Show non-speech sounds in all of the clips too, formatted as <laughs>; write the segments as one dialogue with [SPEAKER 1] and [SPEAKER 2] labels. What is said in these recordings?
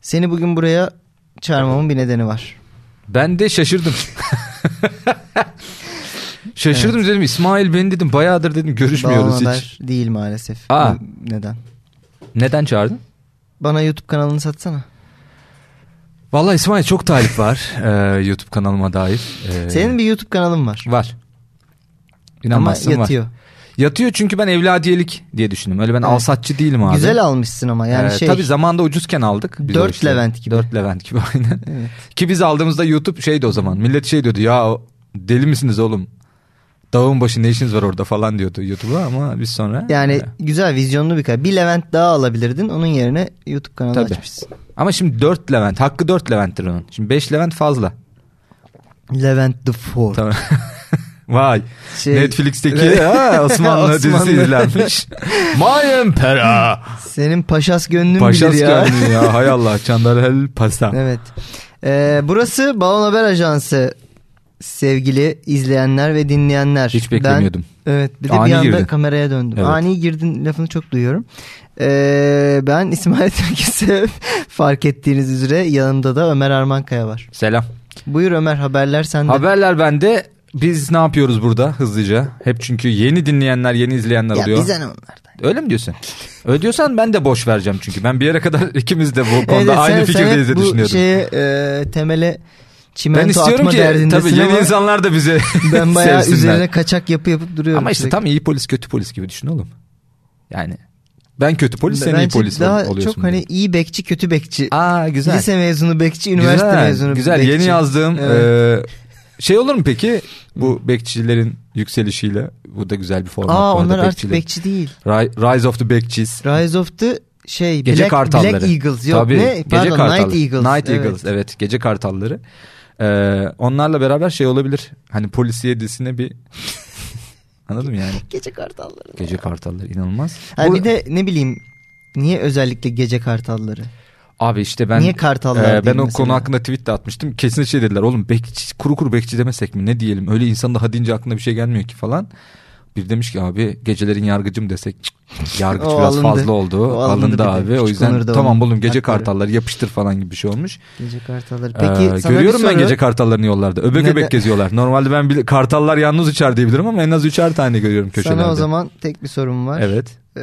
[SPEAKER 1] Seni bugün buraya çağırmamın bir nedeni var.
[SPEAKER 2] Ben de <laughs> şaşırdım. şaşırdım dedim İsmail beni dedim bayağıdır dedim görüşmüyoruz
[SPEAKER 1] Bağlan
[SPEAKER 2] hiç.
[SPEAKER 1] haber değil maalesef.
[SPEAKER 2] Aa.
[SPEAKER 1] Bu Neden?
[SPEAKER 2] Neden çağırdın?
[SPEAKER 1] Bana YouTube kanalını satsana.
[SPEAKER 2] Vallahi İsmail çok talip <laughs> var eee, YouTube kanalıma dair. Eee,
[SPEAKER 1] Senin bir YouTube kanalın var.
[SPEAKER 2] Ee. var.
[SPEAKER 1] Ama
[SPEAKER 2] İnanmazsın var.
[SPEAKER 1] yatıyor.
[SPEAKER 2] Yatıyor çünkü ben evladiyelik diye düşündüm. Öyle ben
[SPEAKER 1] Evet.
[SPEAKER 2] alsatçı değilim abi.
[SPEAKER 1] Güzel almışsın ama yani
[SPEAKER 2] Ee,
[SPEAKER 1] şey.
[SPEAKER 2] Tabii zamanda ucuzken aldık. biz
[SPEAKER 1] Dört
[SPEAKER 2] o işleri.
[SPEAKER 1] Levent gibi.
[SPEAKER 2] Dört Levent gibi <laughs> aynen.
[SPEAKER 1] Evet.
[SPEAKER 2] Ki biz aldığımızda YouTube şeydi o zaman. Millet şey diyordu ya deli misiniz oğlum? Dağın başı ne işiniz var orada falan diyordu YouTube'a ama biz sonra.
[SPEAKER 1] Yani
[SPEAKER 2] Ee,
[SPEAKER 1] güzel vizyonlu bir kanal. Bir Levent daha alabilirdin. Onun yerine YouTube kanalı
[SPEAKER 2] Tabii.
[SPEAKER 1] açmışsın.
[SPEAKER 2] Ama şimdi 4 Levent. Hakkı 4 Levent'tir onun. Şimdi 5 Levent fazla.
[SPEAKER 1] Levent the Four.
[SPEAKER 2] Tamam. Vay.
[SPEAKER 1] Şey,
[SPEAKER 2] Netflix'teki ha, <laughs> Osmanlı,
[SPEAKER 1] Osmanlı.
[SPEAKER 2] dizisi <laughs> izlenmiş. My Emperor.
[SPEAKER 1] Senin paşas gönlün
[SPEAKER 2] Paşas
[SPEAKER 1] bilir ya.
[SPEAKER 2] geldi ya. Hay
[SPEAKER 1] <laughs>
[SPEAKER 2] Allah. Çandarhel Pasa.
[SPEAKER 1] Evet. Ee, burası Balon Haber Ajansı sevgili izleyenler ve dinleyenler.
[SPEAKER 2] Hiç
[SPEAKER 1] Ben-
[SPEAKER 2] beklemiyordum.
[SPEAKER 1] evet bir de bir
[SPEAKER 2] Ani
[SPEAKER 1] anda
[SPEAKER 2] girdin.
[SPEAKER 1] kameraya döndüm.
[SPEAKER 2] Evet.
[SPEAKER 1] Ani girdin lafını çok duyuyorum. Ee, ben <laughs> İsmail Türkis'e fark ettiğiniz üzere yanında da Ömer Armankaya var.
[SPEAKER 2] Selam.
[SPEAKER 1] Buyur Ömer haberler sende.
[SPEAKER 2] Haberler bende. Biz ne yapıyoruz burada hızlıca? Hep çünkü yeni dinleyenler, yeni izleyenler
[SPEAKER 1] ya
[SPEAKER 2] oluyor.
[SPEAKER 1] bize ne onlardan.
[SPEAKER 2] Öyle mi diyorsun? Öyle diyorsan ben de boş vereceğim çünkü. Ben bir yere kadar <laughs> ikimiz de bu konuda
[SPEAKER 1] Evet,
[SPEAKER 2] aynı
[SPEAKER 1] sen-
[SPEAKER 2] fikirdeyiz
[SPEAKER 1] sen
[SPEAKER 2] diye
[SPEAKER 1] hep bu
[SPEAKER 2] düşünüyordum.
[SPEAKER 1] şeye e, temele çimento
[SPEAKER 2] ben istiyorum
[SPEAKER 1] atma
[SPEAKER 2] ki
[SPEAKER 1] derdindesin
[SPEAKER 2] tabii yeni
[SPEAKER 1] ama
[SPEAKER 2] insanlar da bizi
[SPEAKER 1] <laughs> ben bayağı
[SPEAKER 2] sevsinler.
[SPEAKER 1] üzerine kaçak yapı yapıp duruyorum.
[SPEAKER 2] Ama işte
[SPEAKER 1] sürekli.
[SPEAKER 2] tam iyi polis kötü polis gibi düşün oğlum. Yani ben kötü polis sen iyi
[SPEAKER 1] Bence
[SPEAKER 2] polis ol-
[SPEAKER 1] daha
[SPEAKER 2] oluyorsun.
[SPEAKER 1] çok hani
[SPEAKER 2] diye.
[SPEAKER 1] iyi bekçi kötü bekçi.
[SPEAKER 2] Aa güzel.
[SPEAKER 1] Lise mezunu bekçi, üniversite
[SPEAKER 2] güzel,
[SPEAKER 1] mezunu
[SPEAKER 2] Güzel
[SPEAKER 1] bekçi.
[SPEAKER 2] yeni yazdığım
[SPEAKER 1] Evet.
[SPEAKER 2] e, şey olur mu peki bu bekçilerin yükselişiyle bu da güzel bir format.
[SPEAKER 1] Aa
[SPEAKER 2] bu arada
[SPEAKER 1] onlar artık
[SPEAKER 2] bekçilerin.
[SPEAKER 1] bekçi değil.
[SPEAKER 2] Ri- Rise of the Backchies.
[SPEAKER 1] Rise of the şey
[SPEAKER 2] Gece
[SPEAKER 1] Black,
[SPEAKER 2] Kartalları.
[SPEAKER 1] Black Eagles yok
[SPEAKER 2] Tabii,
[SPEAKER 1] ne? Pardon
[SPEAKER 2] gece kartalları.
[SPEAKER 1] Night Eagles.
[SPEAKER 2] Night Eagles evet. gece kartalları. Ee, onlarla beraber şey olabilir. Hani polisiye dizisine bir <laughs> Anladım yani.
[SPEAKER 1] Gece kartalları.
[SPEAKER 2] Gece kartalları inanılmaz.
[SPEAKER 1] Ha,
[SPEAKER 2] Bu-
[SPEAKER 1] bir de ne bileyim niye özellikle gece kartalları?
[SPEAKER 2] Abi işte ben
[SPEAKER 1] Niye kartallar
[SPEAKER 2] e,
[SPEAKER 1] değil
[SPEAKER 2] ben o
[SPEAKER 1] mesela?
[SPEAKER 2] konu hakkında tweet de atmıştım. Kesin şey dediler. Oğlum bekçi, kuru kuru bekçi demesek mi? Ne diyelim? Öyle insan daha deyince aklına bir şey gelmiyor ki falan. Bir demiş ki abi gecelerin
[SPEAKER 1] <laughs>
[SPEAKER 2] yargıcım desek cık, yargıç
[SPEAKER 1] O
[SPEAKER 2] biraz
[SPEAKER 1] alındı.
[SPEAKER 2] fazla oldu.
[SPEAKER 1] O alındı bir
[SPEAKER 2] alındı
[SPEAKER 1] de.
[SPEAKER 2] abi. O
[SPEAKER 1] Hiç
[SPEAKER 2] yüzden
[SPEAKER 1] konur da
[SPEAKER 2] tamam
[SPEAKER 1] onun
[SPEAKER 2] oğlum gece
[SPEAKER 1] hakları.
[SPEAKER 2] kartalları yapıştır falan gibi bir şey olmuş.
[SPEAKER 1] Gece kartalları.
[SPEAKER 2] Ee,
[SPEAKER 1] Peki sana
[SPEAKER 2] görüyorum
[SPEAKER 1] bir soru.
[SPEAKER 2] ben gece kartallarını yollarda. Öbek
[SPEAKER 1] Neden-
[SPEAKER 2] öbek geziyorlar. Normalde ben bile, kartallar yalnız uçar diyebilirim ama en az üçer tane görüyorum köşelerde.
[SPEAKER 1] Sana o zaman tek bir sorum var.
[SPEAKER 2] Evet.
[SPEAKER 1] Ee,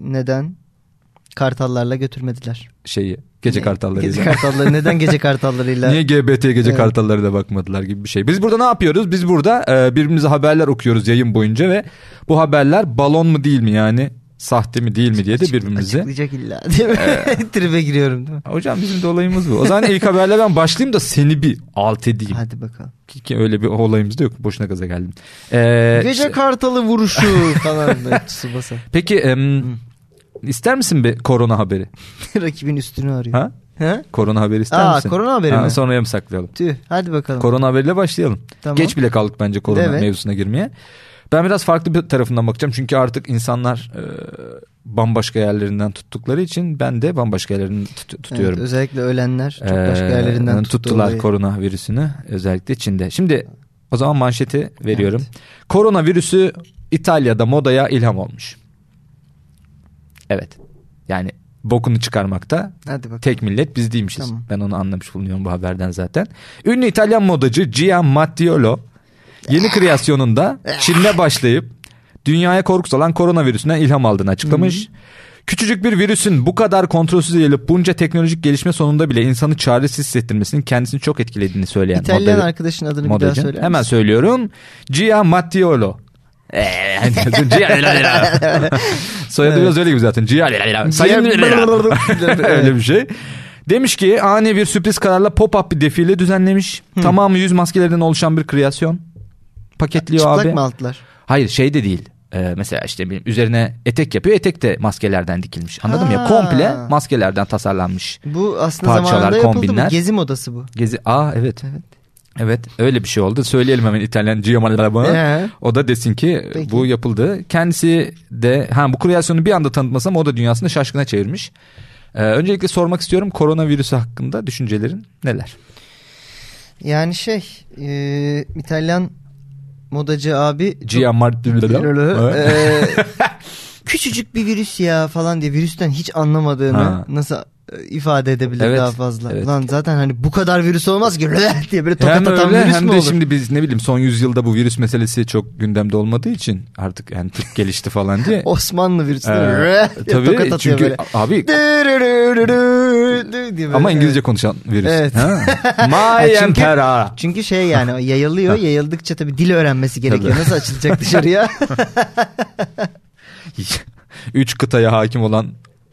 [SPEAKER 1] neden kartallarla götürmediler?
[SPEAKER 2] Şeyi gece
[SPEAKER 1] Ne?
[SPEAKER 2] kartalları.
[SPEAKER 1] Gece
[SPEAKER 2] izlemek.
[SPEAKER 1] kartalları neden gece kartallarıyla?
[SPEAKER 2] <laughs> Niye GBT gece
[SPEAKER 1] Evet.
[SPEAKER 2] kartallarıyla bakmadılar gibi bir şey. Biz burada ne yapıyoruz? Biz burada e, birbirimize haberler okuyoruz yayın boyunca ve bu haberler balon mu değil mi yani sahte mi değil mi diye de birbirimize.
[SPEAKER 1] Açıklayacak illa değil mi? <laughs> Tribe giriyorum değil mi?
[SPEAKER 2] Hocam bizim de olayımız bu. O zaman ilk haberle ben başlayayım da seni bir alt edeyim.
[SPEAKER 1] Hadi bakalım.
[SPEAKER 2] Ki, ki öyle bir olayımız da yok. Boşuna gaza geldim. Ee,
[SPEAKER 1] Gece
[SPEAKER 2] işte-
[SPEAKER 1] kartalı
[SPEAKER 2] <laughs>
[SPEAKER 1] vuruşu falan da Tsubasa. <laughs>
[SPEAKER 2] Peki em, ister misin bir korona haberi?
[SPEAKER 1] Rakibin üstünü arıyor.
[SPEAKER 2] Ha?
[SPEAKER 1] Ha?
[SPEAKER 2] Korona haberi ister
[SPEAKER 1] Aa,
[SPEAKER 2] misin?
[SPEAKER 1] korona haberi mi?
[SPEAKER 2] Sonraya mı saklayalım?
[SPEAKER 1] Tüh hadi bakalım.
[SPEAKER 2] Korona haberiyle başlayalım.
[SPEAKER 1] Tamam.
[SPEAKER 2] Geç bile kaldık bence korona
[SPEAKER 1] Evet.
[SPEAKER 2] mevzusuna girmeye. Ben biraz farklı bir tarafından bakacağım. Çünkü artık insanlar e, bambaşka yerlerinden tuttukları için ben de bambaşka yerlerinden tut-
[SPEAKER 1] Evet,
[SPEAKER 2] tutuyorum.
[SPEAKER 1] özellikle ölenler çok başka
[SPEAKER 2] Ee,
[SPEAKER 1] yerlerinden tuttu
[SPEAKER 2] tuttular
[SPEAKER 1] olayı.
[SPEAKER 2] korona virüsünü özellikle Çin'de. Şimdi o zaman manşeti veriyorum.
[SPEAKER 1] Evet.
[SPEAKER 2] Korona virüsü İtalya'da modaya ilham olmuş. Evet. Yani bokunu çıkarmakta
[SPEAKER 1] Hadi bakalım.
[SPEAKER 2] Tek millet biz değilmişiz.
[SPEAKER 1] Tamam.
[SPEAKER 2] Ben onu anlamış bulunuyorum bu haberden zaten. Ünlü İtalyan modacı Gian Mattiolo yeni kreasyonunda Çin'de başlayıp dünyaya korku salan koronavirüsünden ilham aldığını açıklamış. Küçücük bir virüsün bu kadar kontrolsüz yayılıp bunca teknolojik gelişme sonunda bile insanı çaresiz hissettirmesinin kendisini çok etkilediğini söyleyen
[SPEAKER 1] İtalyan
[SPEAKER 2] moda-
[SPEAKER 1] arkadaşın adını bir daha
[SPEAKER 2] modacı.
[SPEAKER 1] söyle.
[SPEAKER 2] Hemen söylüyorum. Gian Mattiolo.
[SPEAKER 1] <laughs>
[SPEAKER 2] Eee, hani diyorsun, Gian- Soyadı
[SPEAKER 1] Evet.
[SPEAKER 2] biraz öyle gibi zaten. Gian-
[SPEAKER 1] <laughs>
[SPEAKER 2] Sayın <laughs> öyle bir şey. Demiş ki ani bir sürpriz kararla pop-up bir defile düzenlemiş. Tamamı yüz maskelerinden oluşan bir kreasyon. Paketliyor
[SPEAKER 1] Çıplak
[SPEAKER 2] abi.
[SPEAKER 1] mı altlar?
[SPEAKER 2] Hayır şey de değil. Ee, mesela işte benim üzerine etek yapıyor. Etek de maskelerden dikilmiş. Anladın mı ya?
[SPEAKER 1] Ha.
[SPEAKER 2] Komple maskelerden tasarlanmış.
[SPEAKER 1] Bu aslında
[SPEAKER 2] Parçalar,
[SPEAKER 1] zamanında yapıldı mı?
[SPEAKER 2] kombinler.
[SPEAKER 1] Gezi modası bu.
[SPEAKER 2] Gezi Aa evet.
[SPEAKER 1] Evet.
[SPEAKER 2] Evet öyle bir şey oldu. Söyleyelim hemen İtalyan Giamalabana.
[SPEAKER 1] Ee?
[SPEAKER 2] O da desin ki
[SPEAKER 1] Peki.
[SPEAKER 2] bu yapıldı. Kendisi de ha bu kreasyonu bir anda tanıtmasa moda dünyasını şaşkına çevirmiş. Ee, öncelikle sormak istiyorum koronavirüsü hakkında düşüncelerin neler?
[SPEAKER 1] Yani şey e, İtalyan modacı abi çok-
[SPEAKER 2] Gia Martino.
[SPEAKER 1] Ee, küçücük bir virüs ya falan diye virüsten hiç anlamadığını
[SPEAKER 2] Ha.
[SPEAKER 1] nasıl ifade edebilir
[SPEAKER 2] Evet,
[SPEAKER 1] daha fazla.
[SPEAKER 2] evet.
[SPEAKER 1] Lan zaten hani bu kadar virüs olmaz ki diye böyle tokat
[SPEAKER 2] Hem
[SPEAKER 1] atan
[SPEAKER 2] öyle
[SPEAKER 1] virüs
[SPEAKER 2] hem
[SPEAKER 1] mü
[SPEAKER 2] de
[SPEAKER 1] olur?
[SPEAKER 2] şimdi biz ne bileyim son yüzyılda bu virüs meselesi çok gündemde olmadığı için artık yani tıp gelişti
[SPEAKER 1] <laughs>
[SPEAKER 2] falan diye.
[SPEAKER 1] Osmanlı virüsü.
[SPEAKER 2] Ee,
[SPEAKER 1] Ee,
[SPEAKER 2] tabii çünkü abi
[SPEAKER 1] böyle.
[SPEAKER 2] ama İngilizce konuşan virüs.
[SPEAKER 1] Evet. <laughs>
[SPEAKER 2] Ha.
[SPEAKER 1] Ha,
[SPEAKER 2] My
[SPEAKER 1] çünkü-
[SPEAKER 2] emperor.
[SPEAKER 1] Çünkü şey yani o yayılıyor. yayıldıkça tabii dil öğrenmesi gerekiyor.
[SPEAKER 2] Tabii.
[SPEAKER 1] Nasıl açılacak dışarıya?
[SPEAKER 2] <laughs> Üç kıtaya hakim olan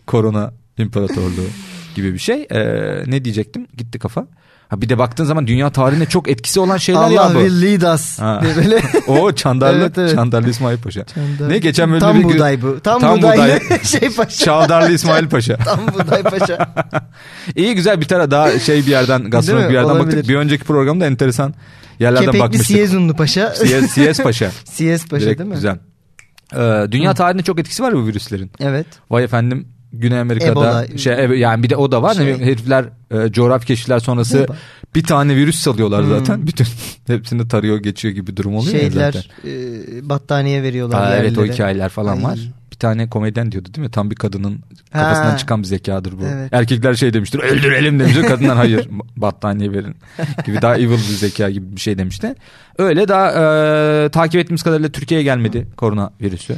[SPEAKER 2] korona imparatorluğu gibi bir şey. Ee, ne diyecektim? Gitti kafa. Ha, bir de baktığın zaman dünya tarihine çok etkisi olan şeyler ya
[SPEAKER 1] Allah
[SPEAKER 2] bu. <laughs>
[SPEAKER 1] will lead us.
[SPEAKER 2] Ha.
[SPEAKER 1] diye böyle.
[SPEAKER 2] O Çandarlı,
[SPEAKER 1] Evet, evet.
[SPEAKER 2] Çandarlı İsmail Paşa.
[SPEAKER 1] Çandarlı.
[SPEAKER 2] Ne geçen bölümde
[SPEAKER 1] Tam
[SPEAKER 2] bir-
[SPEAKER 1] buğday bu. Tam,
[SPEAKER 2] Tam
[SPEAKER 1] buğday.
[SPEAKER 2] buğday.
[SPEAKER 1] <laughs> şey paşa.
[SPEAKER 2] <laughs> Çavdarlı İsmail Paşa.
[SPEAKER 1] Tam buğday
[SPEAKER 2] <laughs>
[SPEAKER 1] paşa.
[SPEAKER 2] İyi güzel bir tane daha şey bir yerden gastronomik
[SPEAKER 1] mi?
[SPEAKER 2] bir yerden
[SPEAKER 1] Olabilir.
[SPEAKER 2] baktık. Bir önceki programda enteresan yerlerden
[SPEAKER 1] Kepekli
[SPEAKER 2] bakmıştık.
[SPEAKER 1] Siyezunlu paşa.
[SPEAKER 2] <laughs> Siyez, Siyez Paşa.
[SPEAKER 1] <laughs> Siyez paşa
[SPEAKER 2] Direkt
[SPEAKER 1] değil mi?
[SPEAKER 2] Güzel. Ee, dünya tarihinde çok etkisi var ya bu virüslerin.
[SPEAKER 1] Evet.
[SPEAKER 2] Vay efendim Güney Amerika'da
[SPEAKER 1] Ebola. ıı,
[SPEAKER 2] şey evet, yani bir de o da var ne
[SPEAKER 1] Şey.
[SPEAKER 2] bileyim, herifler e, coğrafi keşifler sonrası
[SPEAKER 1] Ebola.
[SPEAKER 2] bir tane virüs salıyorlar zaten. Bütün <laughs> hepsini tarıyor geçiyor gibi durum oluyor ya zaten.
[SPEAKER 1] Hmm. Şeyler e, battaniye veriyorlar
[SPEAKER 2] Aa, evet o
[SPEAKER 1] yerlilere.
[SPEAKER 2] hikayeler falan
[SPEAKER 1] Ay.
[SPEAKER 2] var. Bir tane komedyen diyordu değil mi? Tam bir kadının
[SPEAKER 1] Ha.
[SPEAKER 2] kafasından çıkan bir zekadır bu.
[SPEAKER 1] Evet.
[SPEAKER 2] Erkekler şey demiştir
[SPEAKER 1] <laughs>
[SPEAKER 2] öldürelim demiştir. Kadınlar hayır battaniye verin gibi daha evil bir zeka gibi bir şey demişti. Öyle daha e, takip ettiğimiz kadarıyla Türkiye'ye gelmedi korona virüsü.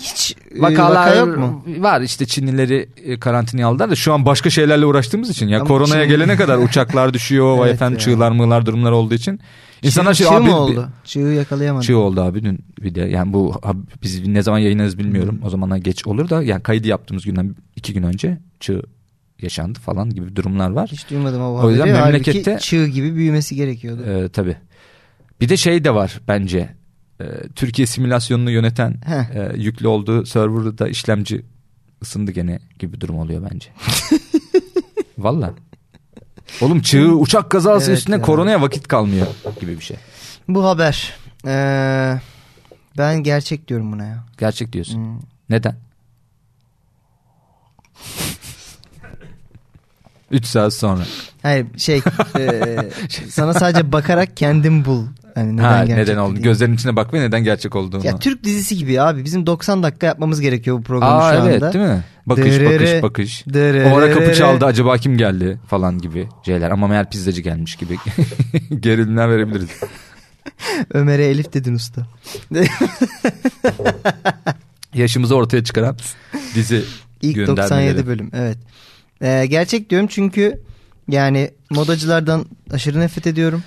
[SPEAKER 1] Hiç e,
[SPEAKER 2] Vakalar
[SPEAKER 1] vaka yok mu?
[SPEAKER 2] Var işte Çinlileri e, karantinaya aldılar da şu an başka şeylerle uğraştığımız için. Ya
[SPEAKER 1] Ama
[SPEAKER 2] koronaya
[SPEAKER 1] Çin-
[SPEAKER 2] gelene kadar uçaklar düşüyor.
[SPEAKER 1] <laughs>
[SPEAKER 2] Vay
[SPEAKER 1] Evet
[SPEAKER 2] efendim
[SPEAKER 1] ya.
[SPEAKER 2] çığlar mığlar durumlar olduğu için. İnsanlar
[SPEAKER 1] çığ,
[SPEAKER 2] şey,
[SPEAKER 1] çığ
[SPEAKER 2] abi,
[SPEAKER 1] mı
[SPEAKER 2] bir-
[SPEAKER 1] oldu? Çığı yakalayamadım.
[SPEAKER 2] Çığ oldu abi dün bir de yani bu hab- biz ne zaman yayınlarız bilmiyorum o zamanlar geç olur da yani kaydı yaptığımız günden iki gün önce çığ yaşandı falan gibi durumlar var.
[SPEAKER 1] Hiç duymadım ama
[SPEAKER 2] O yüzden
[SPEAKER 1] haberi. Halbuki
[SPEAKER 2] memlekette-
[SPEAKER 1] çığ gibi büyümesi gerekiyordu.
[SPEAKER 2] Ee, tabii. Bir de şey de var bence Ee, Türkiye simülasyonunu yöneten
[SPEAKER 1] Heh.
[SPEAKER 2] e, yüklü olduğu serverda işlemci ısındı gene gibi durum oluyor
[SPEAKER 1] <laughs>
[SPEAKER 2] bence. Valla. Oğlum çığ uçak kazası
[SPEAKER 1] Evet
[SPEAKER 2] üstüne
[SPEAKER 1] ya.
[SPEAKER 2] koronaya vakit kalmıyor gibi bir şey.
[SPEAKER 1] Bu haber. Ee, ben gerçek diyorum buna ya.
[SPEAKER 2] Gerçek diyorsun.
[SPEAKER 1] Hmm.
[SPEAKER 2] Neden? 3 saat sonra.
[SPEAKER 1] Hayır şey
[SPEAKER 2] <laughs>
[SPEAKER 1] ee, sana sadece bakarak kendin bul. Hani neden
[SPEAKER 2] ha,
[SPEAKER 1] gerçek
[SPEAKER 2] neden oldu?
[SPEAKER 1] dediğini.
[SPEAKER 2] Gözlerin içine bak ve neden gerçek olduğunu.
[SPEAKER 1] Ya Türk dizisi gibi abi. Bizim 90 dakika yapmamız gerekiyor bu programı
[SPEAKER 2] Aa
[SPEAKER 1] şu anda.
[SPEAKER 2] evet değil mi? Bakış
[SPEAKER 1] Dırırı,
[SPEAKER 2] bakış bakış.
[SPEAKER 1] dırırı.
[SPEAKER 2] O ara kapı çaldı acaba kim geldi falan gibi şeyler. Ama meğer pizzacı gelmiş gibi <laughs> gerilimler verebiliriz.
[SPEAKER 1] Ömer'e Elif dedin usta.
[SPEAKER 2] Yaşımızı
[SPEAKER 1] <laughs>
[SPEAKER 2] ortaya çıkaran dizi
[SPEAKER 1] İlk
[SPEAKER 2] göndermeleri.
[SPEAKER 1] 97 bölüm evet. Ee, gerçek diyorum çünkü yani modacılardan aşırı nefret ediyorum.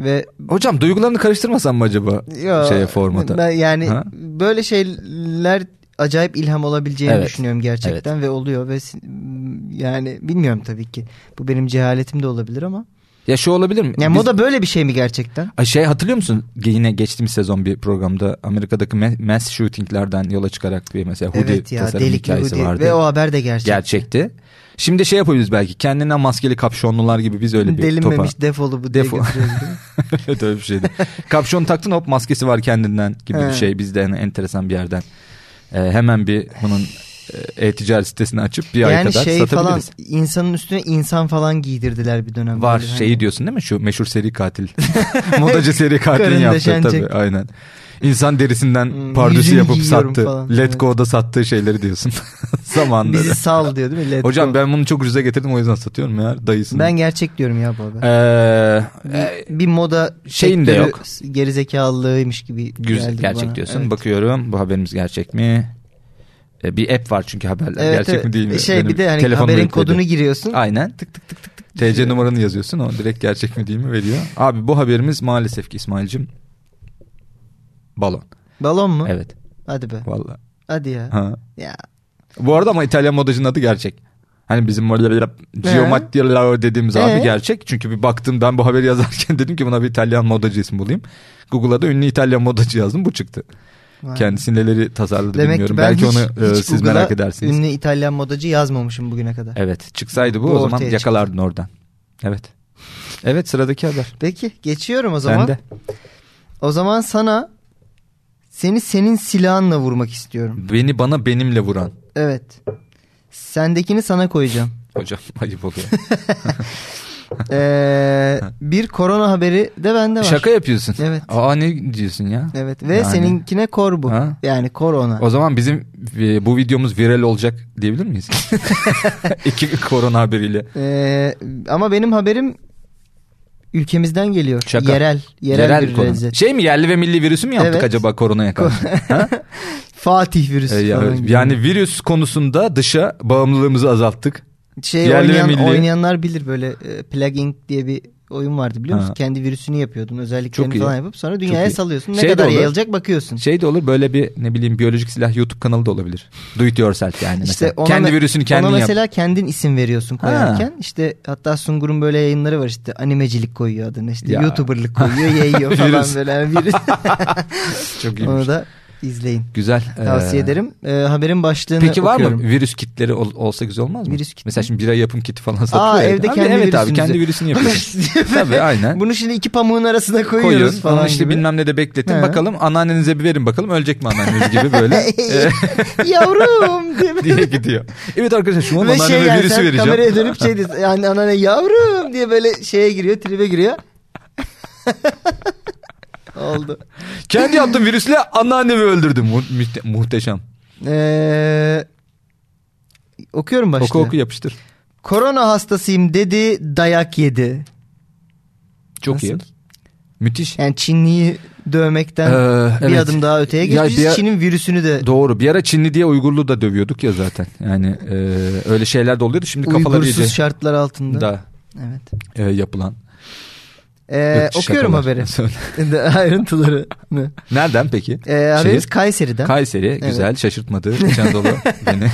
[SPEAKER 1] Ve
[SPEAKER 2] Hocam duygularını karıştırmasan mı acaba
[SPEAKER 1] Ya,
[SPEAKER 2] şeye Şey, formata?
[SPEAKER 1] Ben yani
[SPEAKER 2] Ha?
[SPEAKER 1] böyle şeyler acayip ilham olabileceğini
[SPEAKER 2] Evet.
[SPEAKER 1] düşünüyorum gerçekten ve oluyor ve sin- yani bilmiyorum tabii ki. Bu benim cehaletim de olabilir ama.
[SPEAKER 2] Ya şu olabilir mi?
[SPEAKER 1] Yani
[SPEAKER 2] Biz-
[SPEAKER 1] moda böyle bir şey mi gerçekten?
[SPEAKER 2] Ay şey hatırlıyor musun? Yine geçtiğimiz sezon bir programda Amerika'daki ma- mass shootinglerden yola çıkarak bir mesela hoodie
[SPEAKER 1] evet ya
[SPEAKER 2] tasarım
[SPEAKER 1] delikli
[SPEAKER 2] hikayesi
[SPEAKER 1] hoodie.
[SPEAKER 2] vardı.
[SPEAKER 1] ve o haber de gerçek.
[SPEAKER 2] Gerçekti. Şimdi şey yapabiliriz belki kendine maskeli kapşonlular gibi biz öyle bir
[SPEAKER 1] Delinmemiş defolu bu diye
[SPEAKER 2] Defo.
[SPEAKER 1] götürüyoruz değil mi?
[SPEAKER 2] topa. evet öyle
[SPEAKER 1] <laughs>
[SPEAKER 2] bir şeydi. Kapşon taktın hop maskesi var kendinden gibi bir
[SPEAKER 1] He.
[SPEAKER 2] şey bizde yani enteresan bir yerden. Ee, hemen bir bunun e, e-ticaret sitesini açıp <laughs> bir ay
[SPEAKER 1] yani
[SPEAKER 2] kadar
[SPEAKER 1] şey falan
[SPEAKER 2] satabiliriz.
[SPEAKER 1] insanın üstüne insan falan giydirdiler bir dönem.
[SPEAKER 2] Var şey
[SPEAKER 1] böyle. hani
[SPEAKER 2] şeyi diyorsun değil mi şu meşhur seri katil. <laughs> Modacı seri katilin
[SPEAKER 1] Karın
[SPEAKER 2] yaptığı
[SPEAKER 1] döşenecek.
[SPEAKER 2] tabii aynen. İnsan derisinden
[SPEAKER 1] Hmm,
[SPEAKER 2] pardüsü
[SPEAKER 1] yüzünü
[SPEAKER 2] yapıp
[SPEAKER 1] giyiyorum
[SPEAKER 2] sattı.
[SPEAKER 1] falan, evet.
[SPEAKER 2] Letgo'da sattığı şeyleri diyorsun. <laughs>
[SPEAKER 1] Hani,
[SPEAKER 2] Zamanları.
[SPEAKER 1] Bizi sal diyor değil mi? Let
[SPEAKER 2] Hocam
[SPEAKER 1] go.
[SPEAKER 2] ben bunu çok ucuza getirdim o yüzden satıyorum ya dayısını.
[SPEAKER 1] ben gerçek diyorum ya bu haber.
[SPEAKER 2] Ee, e,
[SPEAKER 1] bir, bir moda
[SPEAKER 2] şeyin de
[SPEAKER 1] sektörü
[SPEAKER 2] yok.
[SPEAKER 1] Gerizekalılığıymış gibi
[SPEAKER 2] güz-
[SPEAKER 1] geldi
[SPEAKER 2] gerçek
[SPEAKER 1] bana.
[SPEAKER 2] diyorsun.
[SPEAKER 1] Evet.
[SPEAKER 2] Bakıyorum bu haberimiz gerçek mi? E, bir app var çünkü haberler
[SPEAKER 1] Evet,
[SPEAKER 2] gerçek
[SPEAKER 1] evet.
[SPEAKER 2] mi değil mi?
[SPEAKER 1] Şey
[SPEAKER 2] Benim
[SPEAKER 1] bir de hani
[SPEAKER 2] telefonum Ah,
[SPEAKER 1] haberin
[SPEAKER 2] bekledi.
[SPEAKER 1] kodunu giriyorsun.
[SPEAKER 2] Aynen. Tık tık tık tık tık. TC numaranı yazıyorsun o direkt gerçek mi değil mi veriyor. Abi bu haberimiz maalesef ki İsmail'cim balon.
[SPEAKER 1] Balon mu?
[SPEAKER 2] Evet
[SPEAKER 1] Hadi be.
[SPEAKER 2] valla.
[SPEAKER 1] Hadi ya.
[SPEAKER 2] Ha.
[SPEAKER 1] Ya.
[SPEAKER 2] Bu arada ama İtalyan modacının adı gerçek. Hani bizim Geomatti dediğimiz abi
[SPEAKER 1] Ee?
[SPEAKER 2] gerçek. Çünkü bir baktım ben bu haberi yazarken <laughs> dedim ki buna bir İtalyan modacı ismi bulayım. Google'a da ünlü İtalyan modacı yazdım bu çıktı.
[SPEAKER 1] Vay.
[SPEAKER 2] Kendisi neleri tasarladı
[SPEAKER 1] Demek
[SPEAKER 2] bilmiyorum.
[SPEAKER 1] ki ben
[SPEAKER 2] Belki
[SPEAKER 1] hiç-
[SPEAKER 2] onu e,
[SPEAKER 1] hiç
[SPEAKER 2] siz
[SPEAKER 1] Google'a
[SPEAKER 2] merak edersiniz.
[SPEAKER 1] Ünlü İtalyan modacı yazmamışım bugüne kadar.
[SPEAKER 2] Evet çıksaydı bu,
[SPEAKER 1] Bu
[SPEAKER 2] o zaman
[SPEAKER 1] ortaya çıktı.
[SPEAKER 2] yakalardın oradan. Evet. Evet sıradaki haber.
[SPEAKER 1] Peki geçiyorum o zaman.
[SPEAKER 2] Sen de.
[SPEAKER 1] O zaman sana seni senin silahınla vurmak istiyorum.
[SPEAKER 2] Beni bana benimle vuran. <laughs>
[SPEAKER 1] Evet. Sendekini sana koyacağım.
[SPEAKER 2] Hocam ayıp oluyor.
[SPEAKER 1] Ee, bir korona haberi de bende <laughs> var.
[SPEAKER 2] Şaka yapıyorsun.
[SPEAKER 1] Evet.
[SPEAKER 2] Aa ne diyorsun ya?
[SPEAKER 1] Evet ve
[SPEAKER 2] Yani.
[SPEAKER 1] seninkine kor bu.
[SPEAKER 2] Ha?
[SPEAKER 1] Yani korona.
[SPEAKER 2] O zaman bizim e, bu videomuz viral olacak
[SPEAKER 1] <laughs>
[SPEAKER 2] diyebilir miyiz? İki korona haberiyle.
[SPEAKER 1] Ee, ama benim haberim ülkemizden geliyor.
[SPEAKER 2] Şaka.
[SPEAKER 1] Yerel. Yerel, bir
[SPEAKER 2] korona.
[SPEAKER 1] lezzet.
[SPEAKER 2] Şey mi yerli ve milli virüsü mü yaptık
[SPEAKER 1] Evet.
[SPEAKER 2] acaba koronaya karşı?
[SPEAKER 1] Fatih virüsü
[SPEAKER 2] <laughs> E, ya,
[SPEAKER 1] falan gibi.
[SPEAKER 2] yani virüs konusunda dışa bağımlılığımızı azalttık.
[SPEAKER 1] şey
[SPEAKER 2] yerli ve
[SPEAKER 1] oynayan,
[SPEAKER 2] milli.
[SPEAKER 1] oynayanlar bilir böyle e, plugging diye bir oyun vardı biliyor musun?
[SPEAKER 2] Ha.
[SPEAKER 1] Kendi virüsünü yapıyordun. Özelliklerini
[SPEAKER 2] Çok iyi.
[SPEAKER 1] falan yapıp sonra dünyaya
[SPEAKER 2] iyi.
[SPEAKER 1] salıyorsun. Ne
[SPEAKER 2] Şey de
[SPEAKER 1] kadar
[SPEAKER 2] olur.
[SPEAKER 1] yayılacak bakıyorsun.
[SPEAKER 2] Şey de olur böyle bir ne bileyim biyolojik silah YouTube kanalı da olabilir. Do it yourself yani.
[SPEAKER 1] İşte
[SPEAKER 2] mesela.
[SPEAKER 1] ona
[SPEAKER 2] kendi
[SPEAKER 1] me-
[SPEAKER 2] virüsünü kendin
[SPEAKER 1] ona
[SPEAKER 2] yap.
[SPEAKER 1] mesela kendin isim veriyorsun koyarken. işte hatta Sungur'un böyle yayınları var işte animecilik koyuyor adını işte
[SPEAKER 2] Ya.
[SPEAKER 1] youtuberlık koyuyor yayıyor falan
[SPEAKER 2] <laughs> Virüs.
[SPEAKER 1] böyle yani
[SPEAKER 2] <laughs>
[SPEAKER 1] virüs.
[SPEAKER 2] Çok iyiymiş.
[SPEAKER 1] onu da izleyin.
[SPEAKER 2] Güzel.
[SPEAKER 1] Tavsiye
[SPEAKER 2] Ee,
[SPEAKER 1] ederim. Ee, haberin başlığını
[SPEAKER 2] Peki var
[SPEAKER 1] okuyorum.
[SPEAKER 2] mı virüs kitleri ol- olsa güzel olmaz mı?
[SPEAKER 1] Virüs kiti.
[SPEAKER 2] Mesela şimdi bira yapım kiti falan satılıyor.
[SPEAKER 1] Aa
[SPEAKER 2] ya.
[SPEAKER 1] evde
[SPEAKER 2] Abi,
[SPEAKER 1] kendi
[SPEAKER 2] Evet
[SPEAKER 1] virüsünüzü.
[SPEAKER 2] abi kendi virüsünü yapıyorsun.
[SPEAKER 1] <laughs>
[SPEAKER 2] Tabii aynen.
[SPEAKER 1] Bunu şimdi iki pamuğun arasına koyuyoruz
[SPEAKER 2] Koyuyoruz
[SPEAKER 1] falan
[SPEAKER 2] falan işte
[SPEAKER 1] gibi. <laughs>
[SPEAKER 2] bilmem ne de bekletin
[SPEAKER 1] He.
[SPEAKER 2] bakalım anneannenize bir verin bakalım ölecek mi anneanneniz gibi
[SPEAKER 1] <laughs>
[SPEAKER 2] böyle <laughs> e, <laughs>
[SPEAKER 1] yavrum diye,
[SPEAKER 2] diye gidiyor. Evet arkadaşlar şu an
[SPEAKER 1] Ve şey
[SPEAKER 2] anneanneme
[SPEAKER 1] yani
[SPEAKER 2] virüsü
[SPEAKER 1] sen
[SPEAKER 2] vereceğim.
[SPEAKER 1] kameraya dönüp şey
[SPEAKER 2] <laughs>
[SPEAKER 1] diyorsun. Yani anneanne yavrum diye böyle şeye giriyor tribe giriyor. <laughs> Oldu.
[SPEAKER 2] Kendi yaptığım virüsle anneannemi öldürdüm. Mu- mühte- muhteşem.
[SPEAKER 1] Ee, okuyorum başta.
[SPEAKER 2] Oku oku yapıştır.
[SPEAKER 1] Korona hastasıyım dedi dayak yedi.
[SPEAKER 2] Çok
[SPEAKER 1] Nasıl?
[SPEAKER 2] iyi. Müthiş.
[SPEAKER 1] Yani Çinliyi dövmekten
[SPEAKER 2] Ee,
[SPEAKER 1] bir
[SPEAKER 2] evet.
[SPEAKER 1] adım daha öteye
[SPEAKER 2] Ya
[SPEAKER 1] geçmişiz.
[SPEAKER 2] bir-
[SPEAKER 1] Çin'in virüsünü de
[SPEAKER 2] Doğru. Bir ara Çinli diye Uygurlu da dövüyorduk ya zaten. Yani e, öyle şeyler de oluyordu. Şimdi kafaları
[SPEAKER 1] uygursuz şey.
[SPEAKER 2] iyice
[SPEAKER 1] şartlar altında.
[SPEAKER 2] da
[SPEAKER 1] Evet.
[SPEAKER 2] e, yapılan.
[SPEAKER 1] Ee,
[SPEAKER 2] Yok,
[SPEAKER 1] okuyorum
[SPEAKER 2] şakalar. <laughs>
[SPEAKER 1] haberi. <laughs>
[SPEAKER 2] Söyle.
[SPEAKER 1] Ayrıntıları.
[SPEAKER 2] Şey- Nereden peki?
[SPEAKER 1] Ee, haberimiz
[SPEAKER 2] Şehir?
[SPEAKER 1] Kayseri'den.
[SPEAKER 2] Kayseri güzel şaşırtmadı. İç Anadolu
[SPEAKER 1] <laughs>
[SPEAKER 2] beni.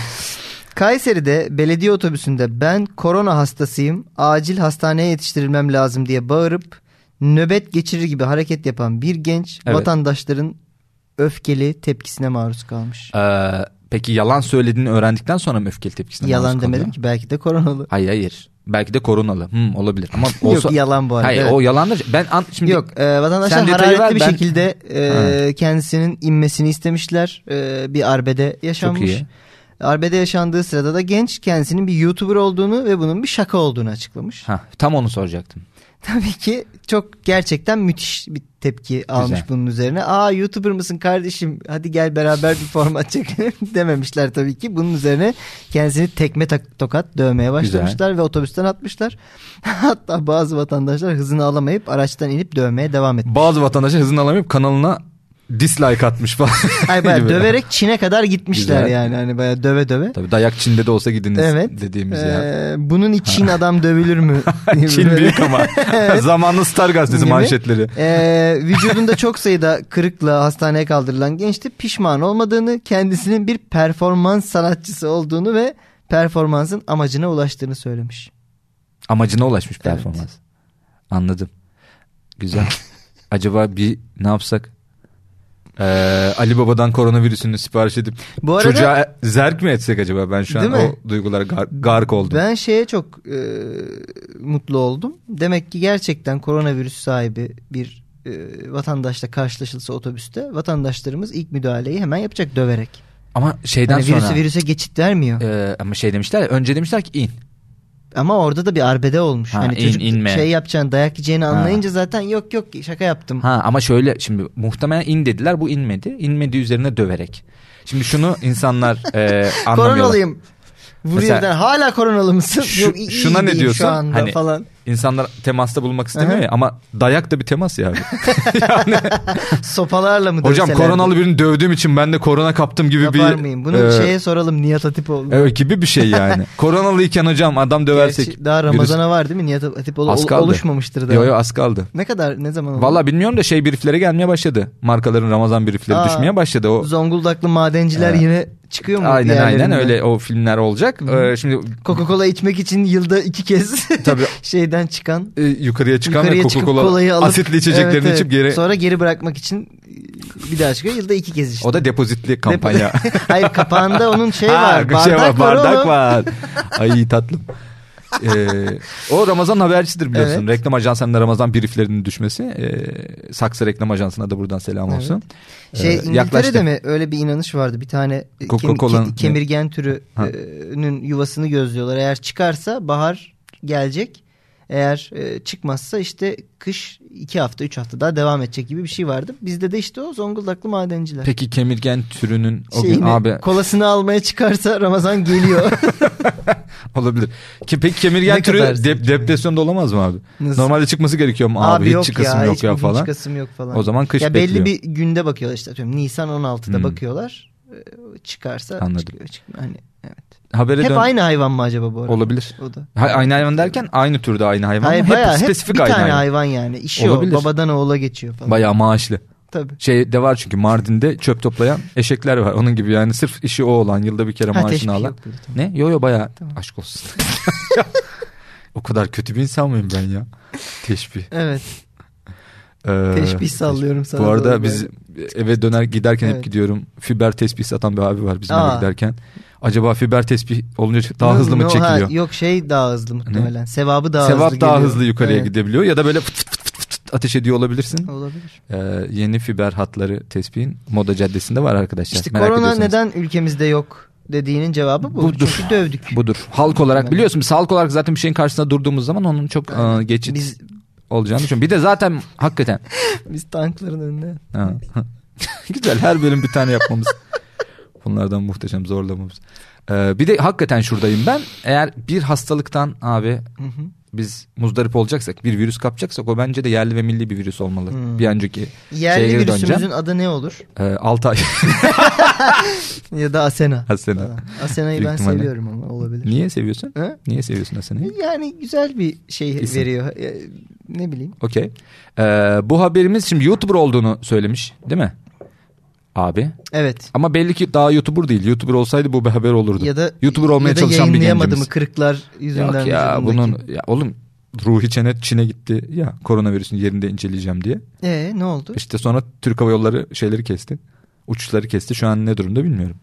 [SPEAKER 1] Kayseri'de belediye otobüsünde ben korona hastasıyım acil hastaneye yetiştirilmem lazım diye bağırıp nöbet geçirir gibi hareket yapan bir genç
[SPEAKER 2] Evet.
[SPEAKER 1] vatandaşların öfkeli tepkisine maruz kalmış.
[SPEAKER 2] Ee, peki yalan söylediğini öğrendikten sonra mı öfkeli tepkisine
[SPEAKER 1] yalan
[SPEAKER 2] maruz kalıyor?
[SPEAKER 1] demedim ki belki de koronalı.
[SPEAKER 2] Hayır hayır. Belki de koronalı. Hmm, olabilir. Ama
[SPEAKER 1] <laughs>
[SPEAKER 2] olsa...
[SPEAKER 1] Yok yalan bu arada.
[SPEAKER 2] Hayır
[SPEAKER 1] evet.
[SPEAKER 2] o yalandır. Ben an- şimdi
[SPEAKER 1] Yok e, vatandaşlar
[SPEAKER 2] Sen detayı
[SPEAKER 1] hararetli
[SPEAKER 2] ver,
[SPEAKER 1] bir
[SPEAKER 2] ben-
[SPEAKER 1] şekilde e, kendisinin inmesini istemişler. E, bir arbede yaşanmış.
[SPEAKER 2] Çok iyi.
[SPEAKER 1] Arbede yaşandığı sırada da genç kendisinin bir YouTuber olduğunu ve bunun bir şaka olduğunu açıklamış.
[SPEAKER 2] Ha, tam onu soracaktım.
[SPEAKER 1] <laughs> Tabii ki çok gerçekten müthiş bir tepki almış
[SPEAKER 2] Güzel.
[SPEAKER 1] bunun üzerine. Aa YouTuber mısın kardeşim? Hadi gel beraber bir format çekelim <laughs> dememişler tabii ki. Bunun üzerine kendisini tekme tak- tokat dövmeye başlamışlar ve otobüsten atmışlar. <laughs> Hatta bazı vatandaşlar hızını alamayıp araçtan inip dövmeye devam
[SPEAKER 2] <laughs>
[SPEAKER 1] etmiş.
[SPEAKER 2] Bazı vatandaşlar hızını alamayıp kanalına dislike atmış
[SPEAKER 1] <laughs>
[SPEAKER 2] falan.
[SPEAKER 1] Hayır bayağı
[SPEAKER 2] Gibi.
[SPEAKER 1] döverek Çin'e kadar gitmişler
[SPEAKER 2] Güzel.
[SPEAKER 1] yani. Hani bayağı döve döve.
[SPEAKER 2] Tabii dayak Çin'de de olsa gidiniz
[SPEAKER 1] Evet.
[SPEAKER 2] dediğimiz ya.
[SPEAKER 1] <laughs> Ee, bunun
[SPEAKER 2] <laughs>
[SPEAKER 1] için adam dövülür mü? gibi
[SPEAKER 2] Çin
[SPEAKER 1] böyle. <laughs>
[SPEAKER 2] büyük ama. Zamanlı Star gazetesi
[SPEAKER 1] Gibi.
[SPEAKER 2] manşetleri.
[SPEAKER 1] Ee, vücudunda çok sayıda kırıkla hastaneye kaldırılan gençti pişman olmadığını, kendisinin bir performans sanatçısı olduğunu ve performansın amacına ulaştığını söylemiş.
[SPEAKER 2] Amacına ulaşmış performans. Anladım.
[SPEAKER 1] <laughs>
[SPEAKER 2] Güzel. Acaba bir ne yapsak? Ee, Ali Baba'dan koronavirüsünü sipariş edip
[SPEAKER 1] Bu arada
[SPEAKER 2] çocuğa zerk mi etsek acaba? Ben şu an
[SPEAKER 1] Değil mi?
[SPEAKER 2] o duygulara gar- gark oldum.
[SPEAKER 1] ben şeye çok e, mutlu oldum. Demek ki gerçekten koronavirüs sahibi bir e, vatandaşla karşılaşılsa otobüste vatandaşlarımız ilk müdahaleyi hemen yapacak döverek.
[SPEAKER 2] Ama şeyden
[SPEAKER 1] Yani
[SPEAKER 2] sonra
[SPEAKER 1] Hani virüsü virüse geçit vermiyor.
[SPEAKER 2] e, ama şey demişler ya, önce demişler ki in.
[SPEAKER 1] Ama orada da bir arbede olmuş.
[SPEAKER 2] Ha,
[SPEAKER 1] hani
[SPEAKER 2] in-
[SPEAKER 1] çocuk
[SPEAKER 2] inme.
[SPEAKER 1] şey yapacağını, dayak yiyeceğini
[SPEAKER 2] Ha.
[SPEAKER 1] anlayınca zaten yok yok şaka yaptım.
[SPEAKER 2] Ha ama şöyle şimdi muhtemelen in dediler bu inmedi. İnmedi üzerine döverek. Şimdi şunu insanlar
[SPEAKER 1] <laughs>
[SPEAKER 2] e, anlamıyorlar.
[SPEAKER 1] Koronalıyım. Vuruyor
[SPEAKER 2] Mesela-
[SPEAKER 1] birden, hala koronalı mısın?
[SPEAKER 2] Şu-
[SPEAKER 1] Yok, iyi-
[SPEAKER 2] şuna ne
[SPEAKER 1] iyiyim
[SPEAKER 2] diyorsun?
[SPEAKER 1] Şu anda
[SPEAKER 2] Hani-
[SPEAKER 1] falan.
[SPEAKER 2] İnsanlar temasta bulunmak istemiyor
[SPEAKER 1] Aha.
[SPEAKER 2] ya ama dayak da bir temas ya.
[SPEAKER 1] Sopalarla mı
[SPEAKER 2] Hocam
[SPEAKER 1] dövseler?
[SPEAKER 2] koronalı birini dövdüğüm için ben de korona kaptım gibi bir...
[SPEAKER 1] Yapar mıyım? Bunu
[SPEAKER 2] e,
[SPEAKER 1] şeye soralım Nihat Hatipoğlu.
[SPEAKER 2] e, gibi bir şey
[SPEAKER 1] <laughs>
[SPEAKER 2] yani. Koronalıyken hocam adam döversek...
[SPEAKER 1] Gerçi daha
[SPEAKER 2] virüs-
[SPEAKER 1] Ramazan'a var değil mi? Nihat Hatipoğlu
[SPEAKER 2] Az
[SPEAKER 1] ol-
[SPEAKER 2] kaldı.
[SPEAKER 1] oluşmamıştır da.
[SPEAKER 2] Yo yo az kaldı.
[SPEAKER 1] Ne kadar ne zaman oldu?
[SPEAKER 2] Valla bilmiyorum da şey brieflere gelmeye başladı. Markaların Ramazan briefleri
[SPEAKER 1] Aa.
[SPEAKER 2] düşmeye başladı. O
[SPEAKER 1] Zonguldaklı madenciler
[SPEAKER 2] Evet.
[SPEAKER 1] yine çıkıyor mu?
[SPEAKER 2] Aynen aynen
[SPEAKER 1] diğerlerinden?
[SPEAKER 2] öyle o filmler olacak.
[SPEAKER 1] Hı.
[SPEAKER 2] Ee, şimdi
[SPEAKER 1] Coca-Cola içmek için yılda iki kez
[SPEAKER 2] tabii
[SPEAKER 1] <laughs> şeyden çıkan
[SPEAKER 2] e, yukarıya çıkan
[SPEAKER 1] Yukarıya
[SPEAKER 2] ve
[SPEAKER 1] çıkıp kolayı
[SPEAKER 2] Coca-Cola
[SPEAKER 1] alıp-
[SPEAKER 2] asitli içeceklerini
[SPEAKER 1] Evet, evet.
[SPEAKER 2] içip geri...
[SPEAKER 1] Sonra geri bırakmak için bir daha çıkıyor. Yılda iki kez işte.
[SPEAKER 2] O da depozitli kampanya.
[SPEAKER 1] <laughs> Hayır kapağında onun şey
[SPEAKER 2] Ha,
[SPEAKER 1] var. Bardak,
[SPEAKER 2] şey var,
[SPEAKER 1] var,
[SPEAKER 2] bardak
[SPEAKER 1] oğlum.
[SPEAKER 2] var. Ay tatlım. Ee, o Ramazan habercisidir biliyorsun.
[SPEAKER 1] Evet.
[SPEAKER 2] Reklam ajansının Ramazan brieflerinin düşmesi. Ee, Saksı Reklam Ajansı'na da buradan selam
[SPEAKER 1] Evet.
[SPEAKER 2] olsun. Ee,
[SPEAKER 1] Şey İngiltere'de
[SPEAKER 2] yaklaştı.
[SPEAKER 1] mi öyle bir inanış vardı. Bir tane e, kem-
[SPEAKER 2] Coca-Cola'nın-
[SPEAKER 1] ke- kemirgen
[SPEAKER 2] Ha.
[SPEAKER 1] türünün yuvasını gözlüyorlar. Eğer çıkarsa bahar gelecek. Eğer e, çıkmazsa işte kış 2 hafta 3 hafta daha devam edecek gibi bir şey vardı. Bizde de işte o Zonguldaklı madenciler.
[SPEAKER 2] Peki kemirgen türünün o gün
[SPEAKER 1] Şeyini,
[SPEAKER 2] abi
[SPEAKER 1] Kolasını almaya çıkarsa Ramazan
[SPEAKER 2] <laughs>
[SPEAKER 1] geliyor.
[SPEAKER 2] olabilir. Ki peki kemirgen
[SPEAKER 1] Ne
[SPEAKER 2] türü
[SPEAKER 1] kadar
[SPEAKER 2] dep-
[SPEAKER 1] zevkli.
[SPEAKER 2] depresyonda olamaz mı abi?
[SPEAKER 1] Nasıl?
[SPEAKER 2] Normalde çıkması gerekiyor mu abi? hiç çıkasım yok ya
[SPEAKER 1] hiçbir
[SPEAKER 2] falan.
[SPEAKER 1] çıkasım yok falan.
[SPEAKER 2] O zaman kış
[SPEAKER 1] ya
[SPEAKER 2] bekliyor.
[SPEAKER 1] belli bir günde bakıyorlar işte atıyorum Nisan 16'da
[SPEAKER 2] Hmm.
[SPEAKER 1] bakıyorlar. Ee, Çıkarsa
[SPEAKER 2] Anladım.
[SPEAKER 1] çıkıyor. çıkmıyor. Hani, evet.
[SPEAKER 2] Habere
[SPEAKER 1] Hep
[SPEAKER 2] dön-
[SPEAKER 1] aynı hayvan mı acaba bu arada?
[SPEAKER 2] Olabilir.
[SPEAKER 1] O da.
[SPEAKER 2] Ha- aynı hayvan derken aynı türde aynı hayvan.
[SPEAKER 1] Hayır,
[SPEAKER 2] mı?
[SPEAKER 1] bayağı
[SPEAKER 2] hep spesifik
[SPEAKER 1] bir
[SPEAKER 2] aynı
[SPEAKER 1] tane
[SPEAKER 2] hayvan.
[SPEAKER 1] hayvan yani. İşi o.
[SPEAKER 2] Olabilir.
[SPEAKER 1] Babadan oğula geçiyor falan.
[SPEAKER 2] Bayağı maaşlı.
[SPEAKER 1] Tabii.
[SPEAKER 2] Şey de var çünkü Mardin'de çöp toplayan eşekler var. Onun gibi yani sırf işi o olan yılda bir kere
[SPEAKER 1] Ha, teşvik
[SPEAKER 2] maaşını alan.
[SPEAKER 1] yok burada, tamam.
[SPEAKER 2] Ne? Yo yo bayağı
[SPEAKER 1] Tamam.
[SPEAKER 2] aşk olsun. <laughs> o kadar kötü bir insan mıyım ben ya? Teşbih.
[SPEAKER 1] Evet.
[SPEAKER 2] Ee,
[SPEAKER 1] Teşbih sallıyorum sana.
[SPEAKER 2] Bu arada
[SPEAKER 1] doğru
[SPEAKER 2] biz
[SPEAKER 1] böyle.
[SPEAKER 2] eve döner giderken
[SPEAKER 1] Evet.
[SPEAKER 2] hep gidiyorum. Fiber tespih satan bir abi var bizim
[SPEAKER 1] Aa.
[SPEAKER 2] eve giderken. Acaba fiber tespih olunca daha
[SPEAKER 1] No-
[SPEAKER 2] hızlı mı
[SPEAKER 1] no- ha,
[SPEAKER 2] çekiliyor?
[SPEAKER 1] yok şey daha hızlı muhtemelen. Sevabı daha
[SPEAKER 2] Sevap
[SPEAKER 1] hızlı
[SPEAKER 2] daha
[SPEAKER 1] geliyor.
[SPEAKER 2] hızlı yukarıya
[SPEAKER 1] Evet.
[SPEAKER 2] gidebiliyor ya da böyle fıt fıt fıt fıt fıt ateş ediyor olabilirsin.
[SPEAKER 1] Olabilir.
[SPEAKER 2] Ee, yeni fiber hatları tespihin Moda Caddesi'nde var arkadaşlar.
[SPEAKER 1] İşte
[SPEAKER 2] Merak
[SPEAKER 1] korona
[SPEAKER 2] ediyorsanız.
[SPEAKER 1] neden ülkemizde yok dediğinin cevabı bu.
[SPEAKER 2] Budur.
[SPEAKER 1] Çünkü dövdük.
[SPEAKER 2] Budur. Halk olarak
[SPEAKER 1] Yani.
[SPEAKER 2] biliyorsunuz halk olarak zaten bir şeyin karşısında durduğumuz zaman onun çok e, geçit
[SPEAKER 1] Biz
[SPEAKER 2] olacağını düşünüyorum. Bir de zaten
[SPEAKER 1] <laughs>
[SPEAKER 2] hakikaten
[SPEAKER 1] biz tankların önüne.
[SPEAKER 2] Ha. <laughs> Güzel her bölüm bir tane yapmamız. Bunlardan muhteşem zorlamamız. Ee, bir de hakikaten şuradayım ben. Eğer bir hastalıktan abi
[SPEAKER 1] Hı hı.
[SPEAKER 2] biz muzdarip olacaksak bir virüs kapacaksak o bence de yerli ve milli bir virüs olmalı.
[SPEAKER 1] Hmm.
[SPEAKER 2] Bir önceki
[SPEAKER 1] Yerli
[SPEAKER 2] Şeye geri
[SPEAKER 1] virüsümüzün
[SPEAKER 2] döneceğim.
[SPEAKER 1] adı ne olur?
[SPEAKER 2] e, <laughs> Altay
[SPEAKER 1] Ya da Asena.
[SPEAKER 2] Asena.
[SPEAKER 1] Aa, Ee, Asena'yı
[SPEAKER 2] Büyük
[SPEAKER 1] ben
[SPEAKER 2] ihtimalle.
[SPEAKER 1] seviyorum ama olabilir.
[SPEAKER 2] Niye seviyorsun?
[SPEAKER 1] Ha?
[SPEAKER 2] Niye seviyorsun Asena'yı?
[SPEAKER 1] Yani güzel bir şey
[SPEAKER 2] İsim.
[SPEAKER 1] veriyor. Ee, Ne bileyim.
[SPEAKER 2] Okey. Ee, bu haberimiz şimdi YouTuber olduğunu söylemiş değil mi? Abi.
[SPEAKER 1] Evet.
[SPEAKER 2] Ama belli ki daha YouTuber değil. YouTuber olsaydı bu bir haber olurdu.
[SPEAKER 1] Ya da
[SPEAKER 2] YouTuber olmaya
[SPEAKER 1] ya da
[SPEAKER 2] çalışan bir
[SPEAKER 1] yayınlayamadı
[SPEAKER 2] gencimiz.
[SPEAKER 1] mı kırıklar yüzünden.
[SPEAKER 2] Yok ya
[SPEAKER 1] vücudundaki.
[SPEAKER 2] bunun ya oğlum Ruhi Çenet Çin'e gitti ya koronavirüsün yerinde inceleyeceğim diye.
[SPEAKER 1] Ee, ne oldu?
[SPEAKER 2] İşte sonra Türk Hava Yolları şeyleri kesti. Uçuşları kesti. Şu an ne durumda bilmiyorum.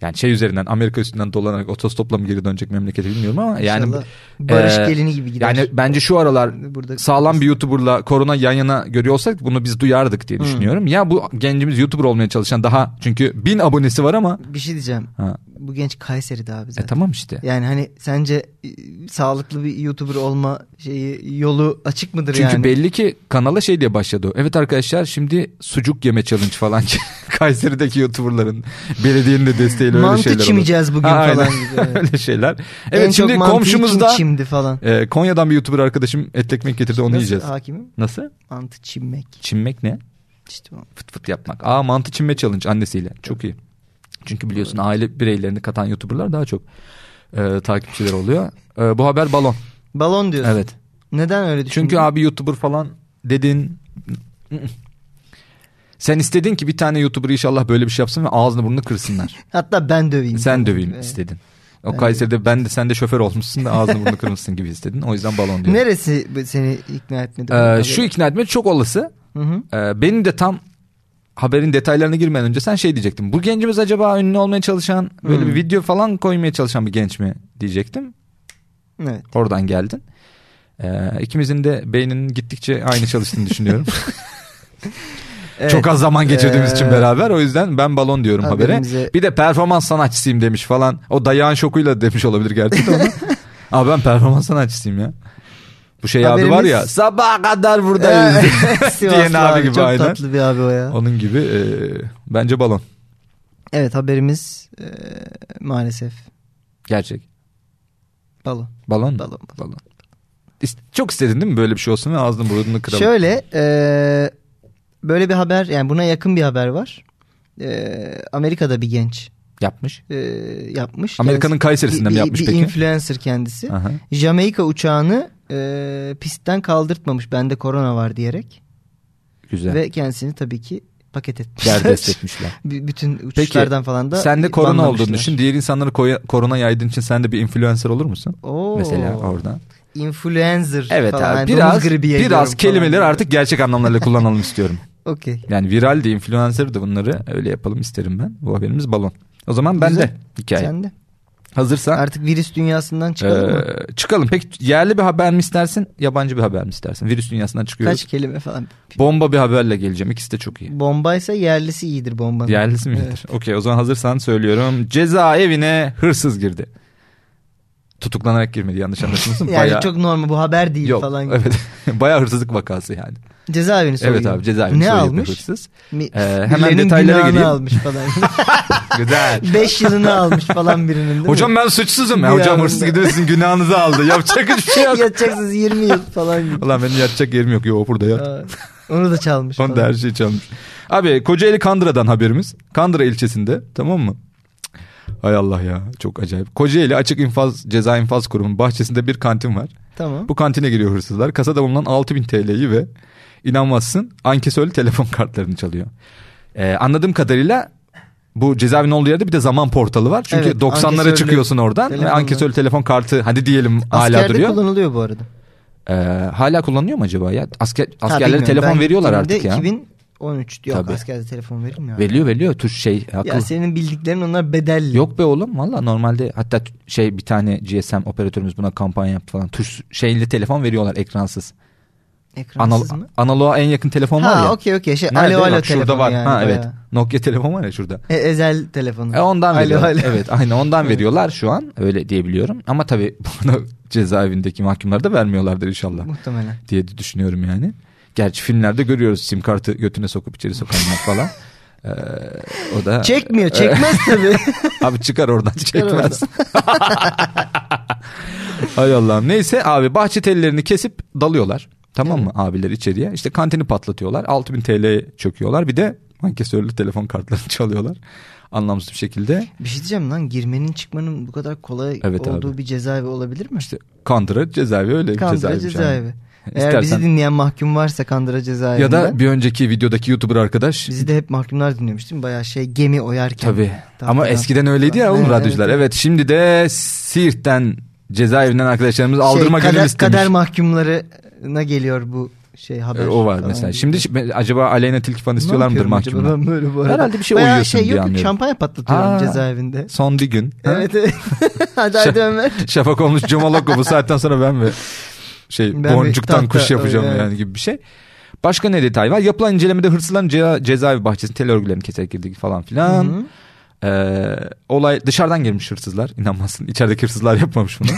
[SPEAKER 2] Yani şey üzerinden Amerika üstünden dolanarak otostopla mı geri dönecek memlekete bilmiyorum ama yani
[SPEAKER 1] İnşallah Barış
[SPEAKER 2] e,
[SPEAKER 1] gelini gibi gider.
[SPEAKER 2] yani bence şu aralar
[SPEAKER 1] Burada
[SPEAKER 2] sağlam bir YouTuber'la korona yan yana görüyor olsak bunu biz duyardık diye
[SPEAKER 1] Hı.
[SPEAKER 2] düşünüyorum. Ya bu gencimiz YouTuber olmaya çalışan daha çünkü bin abonesi var ama
[SPEAKER 1] bir şey diyeceğim.
[SPEAKER 2] ha,
[SPEAKER 1] Bu genç Kayseri'de abi zaten.
[SPEAKER 2] e tamam işte.
[SPEAKER 1] Yani hani sence e, sağlıklı bir YouTuber olma şeyi yolu açık mıdır
[SPEAKER 2] Çünkü
[SPEAKER 1] yani?
[SPEAKER 2] belli ki kanala şey diye başladı. o. Evet arkadaşlar şimdi sucuk yeme challenge falan. <laughs> Kayseri'deki YouTuber'ların belediyenin de desteğiyle öyle şeyler
[SPEAKER 1] Mantı
[SPEAKER 2] oldu.
[SPEAKER 1] çimeceğiz bugün
[SPEAKER 2] Ha,
[SPEAKER 1] falan
[SPEAKER 2] <laughs> aynen.
[SPEAKER 1] gibi. Evet.
[SPEAKER 2] öyle şeyler.
[SPEAKER 1] en
[SPEAKER 2] Evet şimdi
[SPEAKER 1] çok mantıyı
[SPEAKER 2] komşumuzda
[SPEAKER 1] kim çimdi falan.
[SPEAKER 2] e, Konya'dan bir YouTuber arkadaşım et ekmek getirdi onu
[SPEAKER 1] Nasıl
[SPEAKER 2] yiyeceğiz.
[SPEAKER 1] hakimim?
[SPEAKER 2] Nasıl?
[SPEAKER 1] Mantı çimmek.
[SPEAKER 2] Çinmek ne?
[SPEAKER 1] İşte o.
[SPEAKER 2] Fıt fıt yapmak. Aa mantı çinme challenge annesiyle. Çok iyi. Çünkü biliyorsun aile bireylerini katan YouTuber'lar daha çok e, takipçiler oluyor. E, bu haber balon.
[SPEAKER 1] Balon diyorsun.
[SPEAKER 2] Evet.
[SPEAKER 1] Neden öyle düşündün?
[SPEAKER 2] Çünkü abi YouTuber falan dedin. Sen istedin ki bir tane YouTuber inşallah böyle bir şey yapsın ve ağzını burnunu kırsınlar.
[SPEAKER 1] Hatta ben döveyim.
[SPEAKER 2] Sen döveyim
[SPEAKER 1] Evet.
[SPEAKER 2] istedin. O
[SPEAKER 1] Ben
[SPEAKER 2] Kayseri'de ben de sen de şoför olmuşsun da ağzını burnunu kırmışsın gibi istedin. O yüzden
[SPEAKER 1] <laughs>
[SPEAKER 2] balon diyorum.
[SPEAKER 1] Neresi bu- seni ikna etmedi?
[SPEAKER 2] Ee,
[SPEAKER 1] Bunun
[SPEAKER 2] şu
[SPEAKER 1] haberi?
[SPEAKER 2] ikna etme çok olası.
[SPEAKER 1] Hı hı.
[SPEAKER 2] Ee, benim de tam haberin detaylarına girmeden önce sen şey diyecektin. Bu gencimiz acaba ünlü olmaya çalışan böyle
[SPEAKER 1] Hmm.
[SPEAKER 2] bir video falan koymaya çalışan bir genç mi diyecektim.
[SPEAKER 1] Evet.
[SPEAKER 2] Oradan geldin. Ee, ikimizin de beyninin gittikçe aynı çalıştığını düşünüyorum.
[SPEAKER 1] <laughs>
[SPEAKER 2] <laughs>
[SPEAKER 1] Evet,
[SPEAKER 2] Çok az zaman geçirdiğimiz için
[SPEAKER 1] Ee,
[SPEAKER 2] beraber o yüzden ben balon diyorum habere.
[SPEAKER 1] haberimize-
[SPEAKER 2] Bir de performans sanatçısıyım demiş falan. O dayağın şokuyla demiş olabilir gerçi de
[SPEAKER 1] <laughs>
[SPEAKER 2] onu. Abi ben performans sanatçısıyım ya. Bu şey abi var ya
[SPEAKER 1] Haberimiz-
[SPEAKER 2] sabaha kadar
[SPEAKER 1] <laughs>
[SPEAKER 2] buradayız.
[SPEAKER 1] Sivaslı
[SPEAKER 2] <laughs> Diyen abi gibi
[SPEAKER 1] Çok
[SPEAKER 2] aynen.
[SPEAKER 1] tatlı bir abi o ya.
[SPEAKER 2] Onun gibi e, bence balon.
[SPEAKER 1] Evet haberimiz e, maalesef
[SPEAKER 2] Gerçek.
[SPEAKER 1] balon.
[SPEAKER 2] Balon mu?
[SPEAKER 1] Balon.
[SPEAKER 2] Balon. İst- Çok istedin değil mi böyle bir şey olsun ve ağzını burnunu kıralım.
[SPEAKER 1] Şöyle e, böyle bir haber yani buna yakın bir haber var. E, Amerika'da bir genç
[SPEAKER 2] Yapmış.
[SPEAKER 1] e, yapmış.
[SPEAKER 2] Amerika'nın Kayseri'sinde
[SPEAKER 1] bir-
[SPEAKER 2] mi yapmış
[SPEAKER 1] bir,
[SPEAKER 2] peki?
[SPEAKER 1] Bir influencer kendisi.
[SPEAKER 2] Aha.
[SPEAKER 1] Jamaika uçağını e, pistten kaldırtmamış bende korona var diyerek.
[SPEAKER 2] Güzel. <laughs>
[SPEAKER 1] Ve kendisini tabii ki paket etmişler. <laughs>
[SPEAKER 2] Derdest etmişler.
[SPEAKER 1] B- Bütün uçuşlardan falan da
[SPEAKER 2] Sen de korona olduğunu
[SPEAKER 1] banlamışlar.
[SPEAKER 2] düşün. Diğer insanları koya- korona yaydığın için sen de bir influencer olur musun?
[SPEAKER 1] Oo.
[SPEAKER 2] Mesela orada.
[SPEAKER 1] Influencer
[SPEAKER 2] Evet
[SPEAKER 1] falan.
[SPEAKER 2] abi
[SPEAKER 1] Yani
[SPEAKER 2] biraz
[SPEAKER 1] domuz gribi yayıyorum
[SPEAKER 2] biraz
[SPEAKER 1] falan.
[SPEAKER 2] kelimeleri artık
[SPEAKER 1] <laughs>
[SPEAKER 2] gerçek anlamlarıyla kullanalım istiyorum.
[SPEAKER 1] Okey.
[SPEAKER 2] Yani viral de influencer de bunları öyle yapalım isterim ben. Bu haberimiz balon. O zaman ben
[SPEAKER 1] Güzel.
[SPEAKER 2] de hikaye.
[SPEAKER 1] Sen er- de.
[SPEAKER 2] Hazırsan
[SPEAKER 1] Artık virüs dünyasından çıkalım mı?
[SPEAKER 2] eee, e, çıkalım. Peki yerli bir haber mi istersin, yabancı bir haber mi istersin? Virüs dünyasından çıkıyoruz.
[SPEAKER 1] Kaç kelime falan.
[SPEAKER 2] Bomba bir haberle geleceğim. İkisi de çok iyi.
[SPEAKER 1] Bombaysa yerlisi iyidir bombanın.
[SPEAKER 2] Yerlisi mi?
[SPEAKER 1] Evet.
[SPEAKER 2] Okey o zaman hazırsan söylüyorum. Cezaevine hırsız girdi. tutuklanarak girmedi yanlış
[SPEAKER 1] <laughs>
[SPEAKER 2] anlaşılmasın.
[SPEAKER 1] Yani
[SPEAKER 2] Bayağı-
[SPEAKER 1] çok normal bu haber değil
[SPEAKER 2] Yok,
[SPEAKER 1] falan. gibi.
[SPEAKER 2] Evet. <laughs> Bayağı hırsızlık vakası yani.
[SPEAKER 1] Cezaevini soruyor.
[SPEAKER 2] Evet abi cezaevini
[SPEAKER 1] Ne
[SPEAKER 2] soyuyor bir
[SPEAKER 1] almış?
[SPEAKER 2] hırsız.
[SPEAKER 1] Mi-
[SPEAKER 2] Ee,
[SPEAKER 1] <laughs>
[SPEAKER 2] hemen
[SPEAKER 1] birilerinin
[SPEAKER 2] detaylara
[SPEAKER 1] günahını
[SPEAKER 2] gireyim.
[SPEAKER 1] almış
[SPEAKER 2] <laughs>
[SPEAKER 1] falan. <laughs>
[SPEAKER 2] Güzel.
[SPEAKER 1] 5 yılını almış falan birinin değil mi?
[SPEAKER 2] Hocam ben suçsuzum.
[SPEAKER 1] Bir
[SPEAKER 2] Ya, hocam
[SPEAKER 1] anda.
[SPEAKER 2] hırsız gidiyorsun günahınızı aldı. Yapacak hiçbir
[SPEAKER 1] <laughs>
[SPEAKER 2] şey
[SPEAKER 1] <laughs>
[SPEAKER 2] yok.
[SPEAKER 1] Yatacaksınız 20 yıl falan gibi.
[SPEAKER 2] <laughs> Ulan benim yatacak yerim yok. Yo burada yat.
[SPEAKER 1] Aa, Onu da çalmış
[SPEAKER 2] Onu da
[SPEAKER 1] falan.
[SPEAKER 2] her şeyi çalmış. Abi Kocaeli Kandıra'dan haberimiz. Kandıra ilçesinde tamam mı? Hay Allah ya çok acayip. Kocaeli Açık İnfaz Ceza İnfaz Kurumu'nun bahçesinde bir kantin var.
[SPEAKER 1] Tamam.
[SPEAKER 2] Bu kantine giriyor hırsızlar. Kasada bulunan 6000 TL'yi ve inanmazsın ankesörlü telefon kartlarını çalıyor. Ee, anladığım kadarıyla bu cezaevinin olduğu yerde bir de zaman portalı var. Çünkü
[SPEAKER 1] Evet,
[SPEAKER 2] 90'lara
[SPEAKER 1] ankesörlü
[SPEAKER 2] çıkıyorsun oradan ve
[SPEAKER 1] telefonla.
[SPEAKER 2] ankesörlü telefon kartı hadi diyelim hala
[SPEAKER 1] Askerde
[SPEAKER 2] duruyor.
[SPEAKER 1] kullanılıyor bu arada.
[SPEAKER 2] Ee, hala kullanıyor mu acaba ya? Asker,
[SPEAKER 1] Ha,
[SPEAKER 2] askerlere
[SPEAKER 1] bilmiyorum.
[SPEAKER 2] telefon
[SPEAKER 1] Ben
[SPEAKER 2] veriyorlar
[SPEAKER 1] gittiğimde
[SPEAKER 2] artık ya.
[SPEAKER 1] 2013 yok
[SPEAKER 2] Tabii.
[SPEAKER 1] askerde telefon verilmiyor.
[SPEAKER 2] Veriyor veriyor tuş şey akıl.
[SPEAKER 1] Ya senin bildiklerin onlar bedelli.
[SPEAKER 2] Yok be oğlum valla normalde hatta t- şey bir tane GSM operatörümüz buna kampanya yaptı falan. Tuş şeyli telefon veriyorlar ekransız.
[SPEAKER 1] Ekransız
[SPEAKER 2] Anal-
[SPEAKER 1] mı?
[SPEAKER 2] analoğa en yakın telefon var ya.
[SPEAKER 1] Ha okey okey şey
[SPEAKER 2] Nerede?
[SPEAKER 1] alo alo
[SPEAKER 2] Bak, şurada
[SPEAKER 1] telefonu
[SPEAKER 2] var.
[SPEAKER 1] yani.
[SPEAKER 2] ha evet.
[SPEAKER 1] bayağı.
[SPEAKER 2] Nokia telefon var ya şurada.
[SPEAKER 1] E, ezel telefonu.
[SPEAKER 2] E ondan
[SPEAKER 1] Alo,
[SPEAKER 2] veriyorlar.
[SPEAKER 1] alo.
[SPEAKER 2] Evet aynı ondan veriyorlar şu an öyle diyebiliyorum. Ama tabii <laughs> bunu cezaevindeki mahkumlar da vermiyorlardır inşallah
[SPEAKER 1] Muhtemelen.
[SPEAKER 2] diye düşünüyorum yani. Gerçi filmlerde görüyoruz sim kartı götüne sokup içeri sokanlar <laughs> falan. Ee, o da
[SPEAKER 1] Çekmiyor
[SPEAKER 2] <laughs>
[SPEAKER 1] çekmez tabii.
[SPEAKER 2] Abi çıkar oradan
[SPEAKER 1] oradan.
[SPEAKER 2] çekmez. <laughs> Hay Allah'ım. Neyse abi bahçe tellerini kesip dalıyorlar. Tamam mı abiler içeriye? İşte kantini patlatıyorlar. 6000 TL çöküyorlar. Bir de ankesörlü telefon kartlarını <laughs> çalıyorlar. Anlamsız bir şekilde.
[SPEAKER 1] bir şey diyeceğim lan girmenin çıkmanın bu kadar kolay
[SPEAKER 2] Evet
[SPEAKER 1] olduğu
[SPEAKER 2] abi.
[SPEAKER 1] bir cezaevi olabilir mi?
[SPEAKER 2] İşte Kandıra cezaevi öyle bir şey.
[SPEAKER 1] Kandıra
[SPEAKER 2] cezaevi.
[SPEAKER 1] cezaevi. Eğer
[SPEAKER 2] İstersen-
[SPEAKER 1] bizi dinleyen mahkum varsa Kandıra cezaevinden.
[SPEAKER 2] Ya da bir önceki videodaki YouTuber arkadaş.
[SPEAKER 1] Bizi de hep mahkumlar dinliyormuş değil mi? Bayağı şey gemi oyarken.
[SPEAKER 2] Tabii.
[SPEAKER 1] Tahtadan.
[SPEAKER 2] Ama eskiden öyleydi ya oğlum
[SPEAKER 1] Evet,
[SPEAKER 2] radyocular. Evet. şimdi de Siirt'ten cezaevinden arkadaşlarımız aldırma
[SPEAKER 1] şey,
[SPEAKER 2] gönül
[SPEAKER 1] kader,
[SPEAKER 2] istemiş.
[SPEAKER 1] kader mahkumlarına geliyor bu şey haber.
[SPEAKER 2] E, O var
[SPEAKER 1] falan
[SPEAKER 2] mesela.
[SPEAKER 1] gibi.
[SPEAKER 2] Şimdi şi- acaba Aleyna Tilki'den istiyorlar mıdır
[SPEAKER 1] yapıyorum acaba
[SPEAKER 2] mahkumlar?
[SPEAKER 1] ben böyle bu arada?
[SPEAKER 2] Herhalde bir şey
[SPEAKER 1] Bayağı
[SPEAKER 2] uyuyorsun
[SPEAKER 1] şey
[SPEAKER 2] diye
[SPEAKER 1] yok, yok,
[SPEAKER 2] anlıyorum.
[SPEAKER 1] Şampanya patlatıyorum
[SPEAKER 2] Aa.
[SPEAKER 1] cezaevinde.
[SPEAKER 2] Son bir gün. ha?
[SPEAKER 1] Evet <laughs> evet. hadi hadi Ömer.
[SPEAKER 2] <laughs> Şafak olmuş Comaloco bu saatten sonra ben ve şey
[SPEAKER 1] Ben bir
[SPEAKER 2] boncuktan
[SPEAKER 1] tahta,
[SPEAKER 2] kuş yapacağım
[SPEAKER 1] öyle,
[SPEAKER 2] yani gibi bir şey. Başka ne detay var? Yapılan incelemede hırsızların ce- cezaevi bahçesine tel örgülerini keserek girdiği falan
[SPEAKER 1] Hı hı.
[SPEAKER 2] filan. Ee, olay dışarıdan girmiş hırsızlar inanmazsın içerideki hırsızlar yapmamış <laughs> bunu.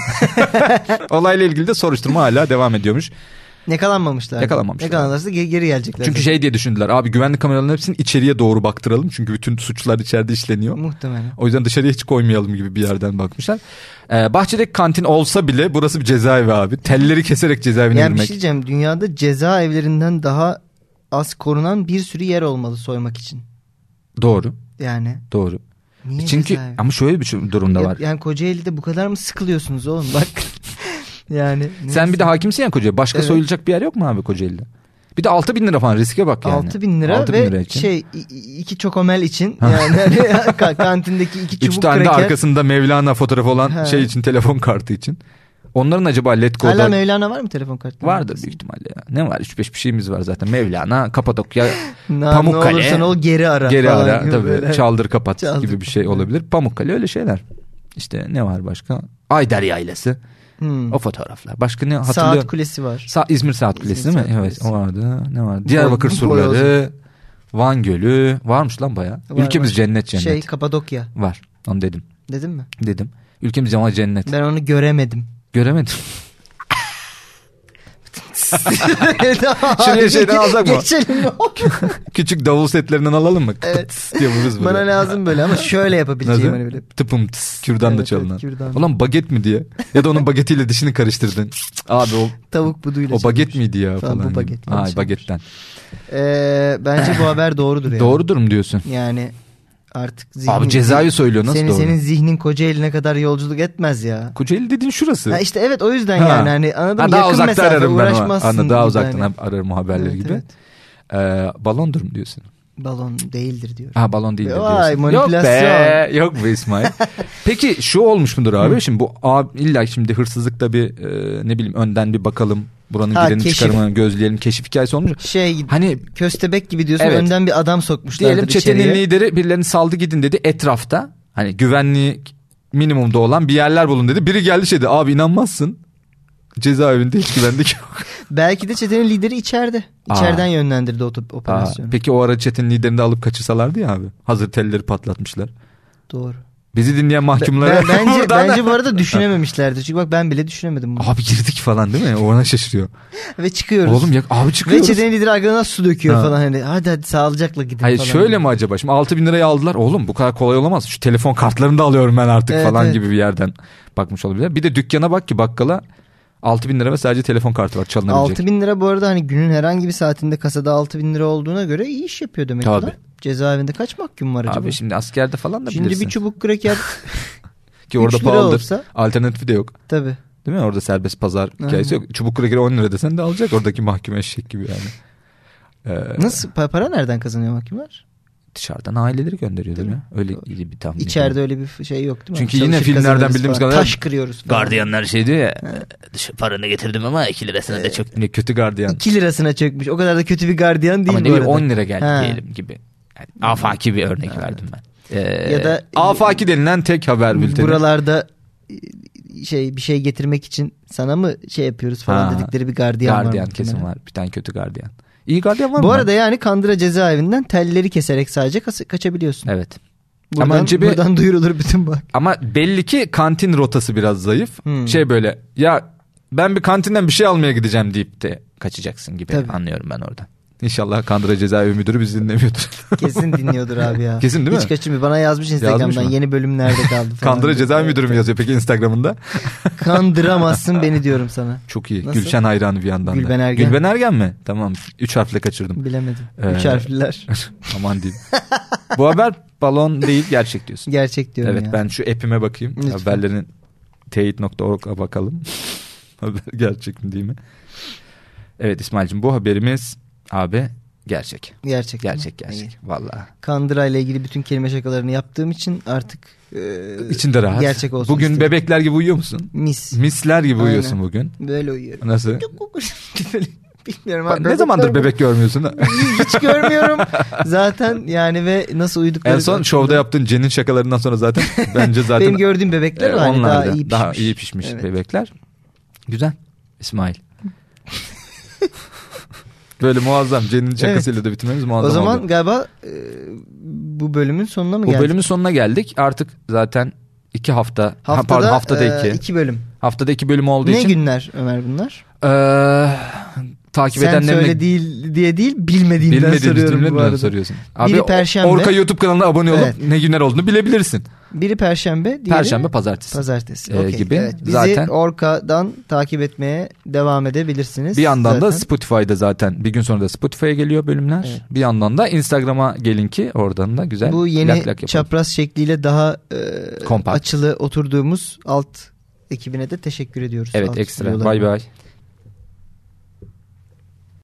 [SPEAKER 2] Olayla ilgili de soruşturma hala devam ediyormuş.
[SPEAKER 1] Yakalanmamışlar.
[SPEAKER 2] Yakalanmamışlar.
[SPEAKER 1] Yakalanırsa geri, geri gelecekler.
[SPEAKER 2] Çünkü şey diye düşündüler abi güvenlik kameralarının hepsini içeriye doğru baktıralım çünkü bütün suçlar içeride işleniyor.
[SPEAKER 1] Muhtemelen.
[SPEAKER 2] O yüzden dışarıya hiç koymayalım gibi bir yerden bakmışlar. Ee, bahçedeki kantin olsa bile burası bir cezaevi abi. Telleri keserek cezaevine
[SPEAKER 1] Yani bir şey
[SPEAKER 2] girmek.
[SPEAKER 1] diyeceğim. Dünyada cezaevlerinden daha az korunan bir sürü yer olmalı soymak için.
[SPEAKER 2] Doğru.
[SPEAKER 1] Yani.
[SPEAKER 2] Doğru.
[SPEAKER 1] Niye
[SPEAKER 2] Çünkü
[SPEAKER 1] cezaevi?
[SPEAKER 2] ama şöyle bir şey- durum da
[SPEAKER 1] Ya-
[SPEAKER 2] var.
[SPEAKER 1] Yani Kocaeli'de bu kadar mı sıkılıyorsunuz oğlum bak. <laughs> yani.
[SPEAKER 2] Sen bir de hakimsin ya Kocaeli. Başka
[SPEAKER 1] Evet.
[SPEAKER 2] soyulacak bir yer yok mu abi Kocaeli'de? Bir de 6 bin lira falan riske bak yani.
[SPEAKER 1] 6 bin lira
[SPEAKER 2] 6
[SPEAKER 1] ve
[SPEAKER 2] için.
[SPEAKER 1] şey i- i- iki çokomel için yani hani <laughs> ka- kantindeki iki
[SPEAKER 2] Üç
[SPEAKER 1] çubuk
[SPEAKER 2] tane de
[SPEAKER 1] kraker.
[SPEAKER 2] arkasında Mevlana fotoğrafı olan
[SPEAKER 1] He.
[SPEAKER 2] şey için telefon kartı için. Onların acaba Letgo'da
[SPEAKER 1] Hala Mevlana var mı telefon kartı?
[SPEAKER 2] vardır büyük ihtimalle ya. Ne var? 3-5 bir şeyimiz var zaten. Mevlana, Kapadokya,
[SPEAKER 1] <laughs> Na,
[SPEAKER 2] Pamukkale.
[SPEAKER 1] Ne olursan ol geri ara.
[SPEAKER 2] Geri
[SPEAKER 1] falan
[SPEAKER 2] ara
[SPEAKER 1] gibi
[SPEAKER 2] tabii
[SPEAKER 1] böyle.
[SPEAKER 2] çaldır kapat
[SPEAKER 1] Çaldır
[SPEAKER 2] gibi bir şey
[SPEAKER 1] kapat,
[SPEAKER 2] olabilir. Pamukkale öyle şeyler. İşte ne var başka? Ayder Yaylası.
[SPEAKER 1] Hmm.
[SPEAKER 2] O fotoğraflar. Başka ne
[SPEAKER 1] Saat
[SPEAKER 2] hatırlıyorum.
[SPEAKER 1] kulesi var.
[SPEAKER 2] Sa- İzmir Saat Kulesi
[SPEAKER 1] İzmir
[SPEAKER 2] değil mi?
[SPEAKER 1] Saat
[SPEAKER 2] evet
[SPEAKER 1] Kulesi.
[SPEAKER 2] o vardı. Ne vardı? Diyarbakır
[SPEAKER 1] Boy-
[SPEAKER 2] surları. Van Gölü. Varmış lan baya.
[SPEAKER 1] Var,
[SPEAKER 2] Ülkemiz
[SPEAKER 1] var.
[SPEAKER 2] cennet cennet.
[SPEAKER 1] Şey Kapadokya
[SPEAKER 2] Var. Onu dedim.
[SPEAKER 1] dedim mi?
[SPEAKER 2] Dedim. Ülkemiz ama cennet.
[SPEAKER 1] Ben onu göremedim.
[SPEAKER 2] <laughs>
[SPEAKER 1] <laughs>
[SPEAKER 2] Göremedim.
[SPEAKER 1] Şimdi
[SPEAKER 2] şeyden alsak mı? <laughs>
[SPEAKER 1] Geçelim.
[SPEAKER 2] Küçük davul setlerinden alalım mı?
[SPEAKER 1] Evet.
[SPEAKER 2] Tıs diye vururuz
[SPEAKER 1] Bana
[SPEAKER 2] böyle.
[SPEAKER 1] lazım böyle ama şöyle yapabileceğim
[SPEAKER 2] Nasıl?
[SPEAKER 1] hani böyle.
[SPEAKER 2] Tıpım tıs. Kürdan da
[SPEAKER 1] Evet,
[SPEAKER 2] çalınan.
[SPEAKER 1] evet, kürdan.
[SPEAKER 2] Ulan baget mi diye. Ya da onun bagetiyle
[SPEAKER 1] <laughs>
[SPEAKER 2] dişini karıştırdın. Abi o
[SPEAKER 1] Tavuk buduyla
[SPEAKER 2] O baget
[SPEAKER 1] çalınmış.
[SPEAKER 2] miydi ya
[SPEAKER 1] Falan,
[SPEAKER 2] falan.
[SPEAKER 1] bu
[SPEAKER 2] gibi.
[SPEAKER 1] bagetten
[SPEAKER 2] Ay
[SPEAKER 1] şey.
[SPEAKER 2] bagetten.
[SPEAKER 1] Ee, bence bu haber doğrudur yani.
[SPEAKER 2] Doğrudur mu diyorsun?
[SPEAKER 1] Yani artık zihnin...
[SPEAKER 2] Abi cezaevi söylüyor nasıl
[SPEAKER 1] senin,
[SPEAKER 2] doğru?
[SPEAKER 1] Senin zihnin Kocaeli'ne kadar yolculuk etmez ya.
[SPEAKER 2] Kocaeli dediğin şurası.
[SPEAKER 1] Ha işte evet o yüzden
[SPEAKER 2] Ha.
[SPEAKER 1] yani hani anladın
[SPEAKER 2] Ha,
[SPEAKER 1] mı?
[SPEAKER 2] daha
[SPEAKER 1] Yakın
[SPEAKER 2] uzakta
[SPEAKER 1] mesafe
[SPEAKER 2] ararım ben ama.
[SPEAKER 1] uğraşmazsın.
[SPEAKER 2] Anladım, daha
[SPEAKER 1] gibi
[SPEAKER 2] uzaktan
[SPEAKER 1] hani.
[SPEAKER 2] ararım o haberleri
[SPEAKER 1] Evet,
[SPEAKER 2] gibi.
[SPEAKER 1] evet.
[SPEAKER 2] Ee, balondur mu diyorsun?
[SPEAKER 1] Balon değildir diyor.
[SPEAKER 2] Ha balon değil de
[SPEAKER 1] Vay,
[SPEAKER 2] diyorsun. Yok be,
[SPEAKER 1] manipülasyon.
[SPEAKER 2] yok be İsmail.
[SPEAKER 1] <laughs>
[SPEAKER 2] Peki şu olmuş mudur abi? Şimdi bu abi, illa şimdi hırsızlıkta bir e, ne bileyim önden bir bakalım. Buranın
[SPEAKER 1] Ha,
[SPEAKER 2] gireni
[SPEAKER 1] keşif.
[SPEAKER 2] çıkarımını gözleyelim. Keşif hikayesi olmuş.
[SPEAKER 1] Şey
[SPEAKER 2] Hani
[SPEAKER 1] köstebek gibi diyorsun
[SPEAKER 2] Evet.
[SPEAKER 1] önden bir adam sokmuşlardır
[SPEAKER 2] Diyelim çetenin
[SPEAKER 1] içeriye.
[SPEAKER 2] lideri birilerini saldı gidin dedi etrafta. Hani güvenlik minimumda olan bir yerler bulun dedi. Biri geldi şey dedi abi inanmazsın. Cezaevinde hiç güvenlik
[SPEAKER 1] <laughs>
[SPEAKER 2] yok.
[SPEAKER 1] Belki de çetenin lideri içeride.
[SPEAKER 2] Aa.
[SPEAKER 1] İçeriden yönlendirdi o top-
[SPEAKER 2] Aa,
[SPEAKER 1] operasyonu.
[SPEAKER 2] peki o ara çetenin liderini de alıp kaçırsalardı ya abi. Hazır telleri patlatmışlar.
[SPEAKER 1] Doğru.
[SPEAKER 2] Bizi dinleyen mahkumlara
[SPEAKER 1] Ben- bence,
[SPEAKER 2] <laughs> buradan-
[SPEAKER 1] bence bu arada düşünememişlerdi. Çünkü bak ben bile düşünemedim bunu.
[SPEAKER 2] Abi girdik falan değil mi? Ona şaşırıyor.
[SPEAKER 1] Ve çıkıyoruz.
[SPEAKER 2] Oğlum ya abi
[SPEAKER 1] Ve
[SPEAKER 2] çıkıyoruz.
[SPEAKER 1] çetenin lideri arkadan su döküyor
[SPEAKER 2] Ha.
[SPEAKER 1] falan. Hani, hadi hadi sağlıcakla gidin
[SPEAKER 2] Hayır
[SPEAKER 1] falan.
[SPEAKER 2] şöyle mi acaba? Şimdi 6000 lirayı aldılar. Oğlum bu kadar kolay olamaz. Şu telefon kartlarını da alıyorum ben artık
[SPEAKER 1] Evet,
[SPEAKER 2] falan
[SPEAKER 1] evet.
[SPEAKER 2] gibi bir yerden bakmış olabilir. Bir de dükkana bak ki bakkala 6000 lira ve sadece telefon kartı var çalınabilecek.
[SPEAKER 1] 6 bin lira bu arada hani günün herhangi bir saatinde kasada 6 bin lira olduğuna göre iyi iş yapıyor demek
[SPEAKER 2] Tabii.
[SPEAKER 1] ki lan. Cezaevinde kaç mahkum var acaba?
[SPEAKER 2] Abi şimdi askerde falan da
[SPEAKER 1] Şimdi bir
[SPEAKER 2] bilirsin.
[SPEAKER 1] çubuk kraker
[SPEAKER 2] <laughs> ki orada
[SPEAKER 1] üç lira
[SPEAKER 2] pahalıdır.
[SPEAKER 1] olsa-
[SPEAKER 2] Alternatifi de yok.
[SPEAKER 1] tabii.
[SPEAKER 2] Değil mi? Orada serbest pazar
[SPEAKER 1] Aynen.
[SPEAKER 2] hikayesi yok. Çubuk krekeri 10 lira desen de alacak oradaki mahkum eşek gibi yani. Ee,
[SPEAKER 1] Nasıl pa- para nereden kazanıyor mahkumlar?
[SPEAKER 2] Dışarıdan aileleri gönderiyorlar
[SPEAKER 1] Değil
[SPEAKER 2] ya. Öyle
[SPEAKER 1] Doğru.
[SPEAKER 2] gibi bir tahmin.
[SPEAKER 1] İçeride öyle bir şey yok değil mi?
[SPEAKER 2] Çünkü yine
[SPEAKER 1] Çalışıp
[SPEAKER 2] filmlerden
[SPEAKER 1] kazanırız
[SPEAKER 2] bildiğimiz
[SPEAKER 1] falan.
[SPEAKER 2] kadarıyla-
[SPEAKER 1] taş kırıyoruz falan.
[SPEAKER 2] Gardiyanlar şey diyor ya.
[SPEAKER 3] Dışı- paranı getirdim ama 2 lirasını
[SPEAKER 1] Ee,
[SPEAKER 3] da çok
[SPEAKER 2] Ne kötü gardiyan.
[SPEAKER 1] 2 lirasına çökmüş. O kadar da kötü bir gardiyan değil
[SPEAKER 2] Ama ne
[SPEAKER 1] bu
[SPEAKER 2] bileyim
[SPEAKER 1] arada.
[SPEAKER 2] 10 lira geldi
[SPEAKER 1] Ha.
[SPEAKER 2] diyelim gibi. Yani afaki bir örnek verdim ben. Ee,
[SPEAKER 1] Ya da- e,
[SPEAKER 2] afaki denilen tek haber bülteni.
[SPEAKER 1] Buralarda e, şey bir şey getirmek için sana mı şey yapıyoruz falan
[SPEAKER 2] Ha.
[SPEAKER 1] dedikleri bir gardiyan, var.
[SPEAKER 2] gardiyan
[SPEAKER 1] muhtemelen.
[SPEAKER 2] kesin var. Bir tane kötü gardiyan. İyi gardiyan var mı?
[SPEAKER 1] Bu
[SPEAKER 2] lan?
[SPEAKER 1] arada yani Kandıra cezaevinden telleri keserek sadece kas- kaçabiliyorsun.
[SPEAKER 2] Evet.
[SPEAKER 1] Buradan,
[SPEAKER 2] Ama önce bir-
[SPEAKER 1] buradan duyurulur bütün bak.
[SPEAKER 2] Ama belli ki kantin rotası biraz zayıf.
[SPEAKER 1] Hmm.
[SPEAKER 2] Şey böyle ya ben bir kantinden bir şey almaya gideceğim deyip de kaçacaksın gibi
[SPEAKER 1] Tabii.
[SPEAKER 2] anlıyorum ben orada. İnşallah Kandıra Cezaevi Müdürü bizi dinlemiyordur.
[SPEAKER 1] Kesin dinliyordur abi ya.
[SPEAKER 2] Kesin değil mi?
[SPEAKER 1] Hiç kaçırmıyor. Bana yazmış Instagram'dan
[SPEAKER 2] mı?
[SPEAKER 1] yeni bölüm nerede kaldı falan.
[SPEAKER 2] <laughs> Kandıra
[SPEAKER 1] diye.
[SPEAKER 2] Cezaevi Müdürü mü yazıyor peki Instagram'ında?
[SPEAKER 1] Kandıramazsın beni diyorum sana.
[SPEAKER 2] Çok iyi.
[SPEAKER 1] Nasıl?
[SPEAKER 2] Gülşen hayranı bir yandan da.
[SPEAKER 1] Gülben Ergen.
[SPEAKER 2] Gülben Ergen mi? Tamam. Üç harfle kaçırdım.
[SPEAKER 1] Bilemedim. Üç
[SPEAKER 2] Ee, <laughs>
[SPEAKER 1] harfliler.
[SPEAKER 2] Aman diyeyim. Bu haber balon değil gerçek diyorsun.
[SPEAKER 1] Gerçek <laughs> diyorum
[SPEAKER 2] evet
[SPEAKER 1] ya.
[SPEAKER 2] ben şu app'ime bakayım.
[SPEAKER 1] Lütfen.
[SPEAKER 2] Haberlerin teyit.org'a bakalım. <laughs> Haber gerçek mi değil mi? Evet İsmail'cim bu haberimiz abi gerçek.
[SPEAKER 1] Gerçek.
[SPEAKER 2] Gerçek
[SPEAKER 1] tamam. İyi.
[SPEAKER 2] gerçek. Vallahi.
[SPEAKER 1] Kandıra ile ilgili bütün kelime şakalarını yaptığım için artık e,
[SPEAKER 2] İçinde rahat.
[SPEAKER 1] Gerçek olsun
[SPEAKER 2] Bugün
[SPEAKER 1] istedim.
[SPEAKER 2] bebekler gibi uyuyor musun?
[SPEAKER 1] mis.
[SPEAKER 2] Misler gibi
[SPEAKER 1] Aynen.
[SPEAKER 2] uyuyorsun bugün.
[SPEAKER 1] Böyle uyuyorum.
[SPEAKER 2] Nasıl?
[SPEAKER 1] <laughs> Böyle Bilmiyorum abi.
[SPEAKER 2] ne
[SPEAKER 1] Bebekler-
[SPEAKER 2] zamandır bebek görmüyorsun?
[SPEAKER 1] Hiç görmüyorum. Zaten yani ve nasıl uyudukları.
[SPEAKER 2] en son şovda yaptığın Cen'in şakalarından
[SPEAKER 1] <laughs>
[SPEAKER 2] sonra zaten bence zaten
[SPEAKER 1] Benim gördüğüm bebekler
[SPEAKER 2] Ee,
[SPEAKER 1] o hani daha
[SPEAKER 2] onlar da
[SPEAKER 1] iyi pişmiş.
[SPEAKER 2] daha iyi pişmiş
[SPEAKER 1] Evet.
[SPEAKER 2] bebekler. Güzel. İsmail. <laughs> Böyle muazzam. Cen'in şakasıyla da bitirmemiz muazzam
[SPEAKER 1] O zaman
[SPEAKER 2] oldu.
[SPEAKER 1] galiba e, bu bölümün sonuna mı
[SPEAKER 2] Bu
[SPEAKER 1] geldik?
[SPEAKER 2] bölümün sonuna geldik. Artık zaten iki hafta. ha,
[SPEAKER 1] haftada,
[SPEAKER 2] pardon haftada
[SPEAKER 1] e,
[SPEAKER 2] iki.
[SPEAKER 1] bölüm.
[SPEAKER 2] Haftada iki bölüm olduğu
[SPEAKER 1] ne
[SPEAKER 2] için.
[SPEAKER 1] günler Ömer bunlar?
[SPEAKER 2] eee, takip
[SPEAKER 1] Sen
[SPEAKER 2] edenlerine
[SPEAKER 1] söyle değil diye değil bilmediğinden
[SPEAKER 2] bilmediğiniz
[SPEAKER 1] soruyorum bu
[SPEAKER 2] cümlelerden
[SPEAKER 1] arada.
[SPEAKER 2] soruyorsun. Abi
[SPEAKER 1] Biri
[SPEAKER 2] o-
[SPEAKER 1] Perşembe.
[SPEAKER 2] Orka YouTube kanalına abone olup
[SPEAKER 1] Evet.
[SPEAKER 2] ne günler olduğunu bilebilirsin.
[SPEAKER 1] Biri perşembe, diğeri
[SPEAKER 2] Perşembe, pazartesi.
[SPEAKER 1] pazartesi.
[SPEAKER 2] e,
[SPEAKER 1] Okey,
[SPEAKER 2] gibi.
[SPEAKER 1] Evet. Bizi
[SPEAKER 2] Zaten-
[SPEAKER 1] Orka'dan takip etmeye devam edebilirsiniz.
[SPEAKER 2] Bir yandan da
[SPEAKER 1] Zaten
[SPEAKER 2] Spotify'da zaten bir gün sonra da Spotify'a geliyor bölümler.
[SPEAKER 1] Evet.
[SPEAKER 2] Bir yandan da Instagram'a gelin ki oradan da güzel
[SPEAKER 1] bu yeni
[SPEAKER 2] lak lak yapalım.
[SPEAKER 1] çapraz şekliyle daha e,
[SPEAKER 2] Kompakt.
[SPEAKER 1] açılı oturduğumuz alt ekibine de teşekkür ediyoruz.
[SPEAKER 2] Evet
[SPEAKER 1] Alt
[SPEAKER 2] ekstra.
[SPEAKER 1] stüdyolarına.
[SPEAKER 2] Bay bay.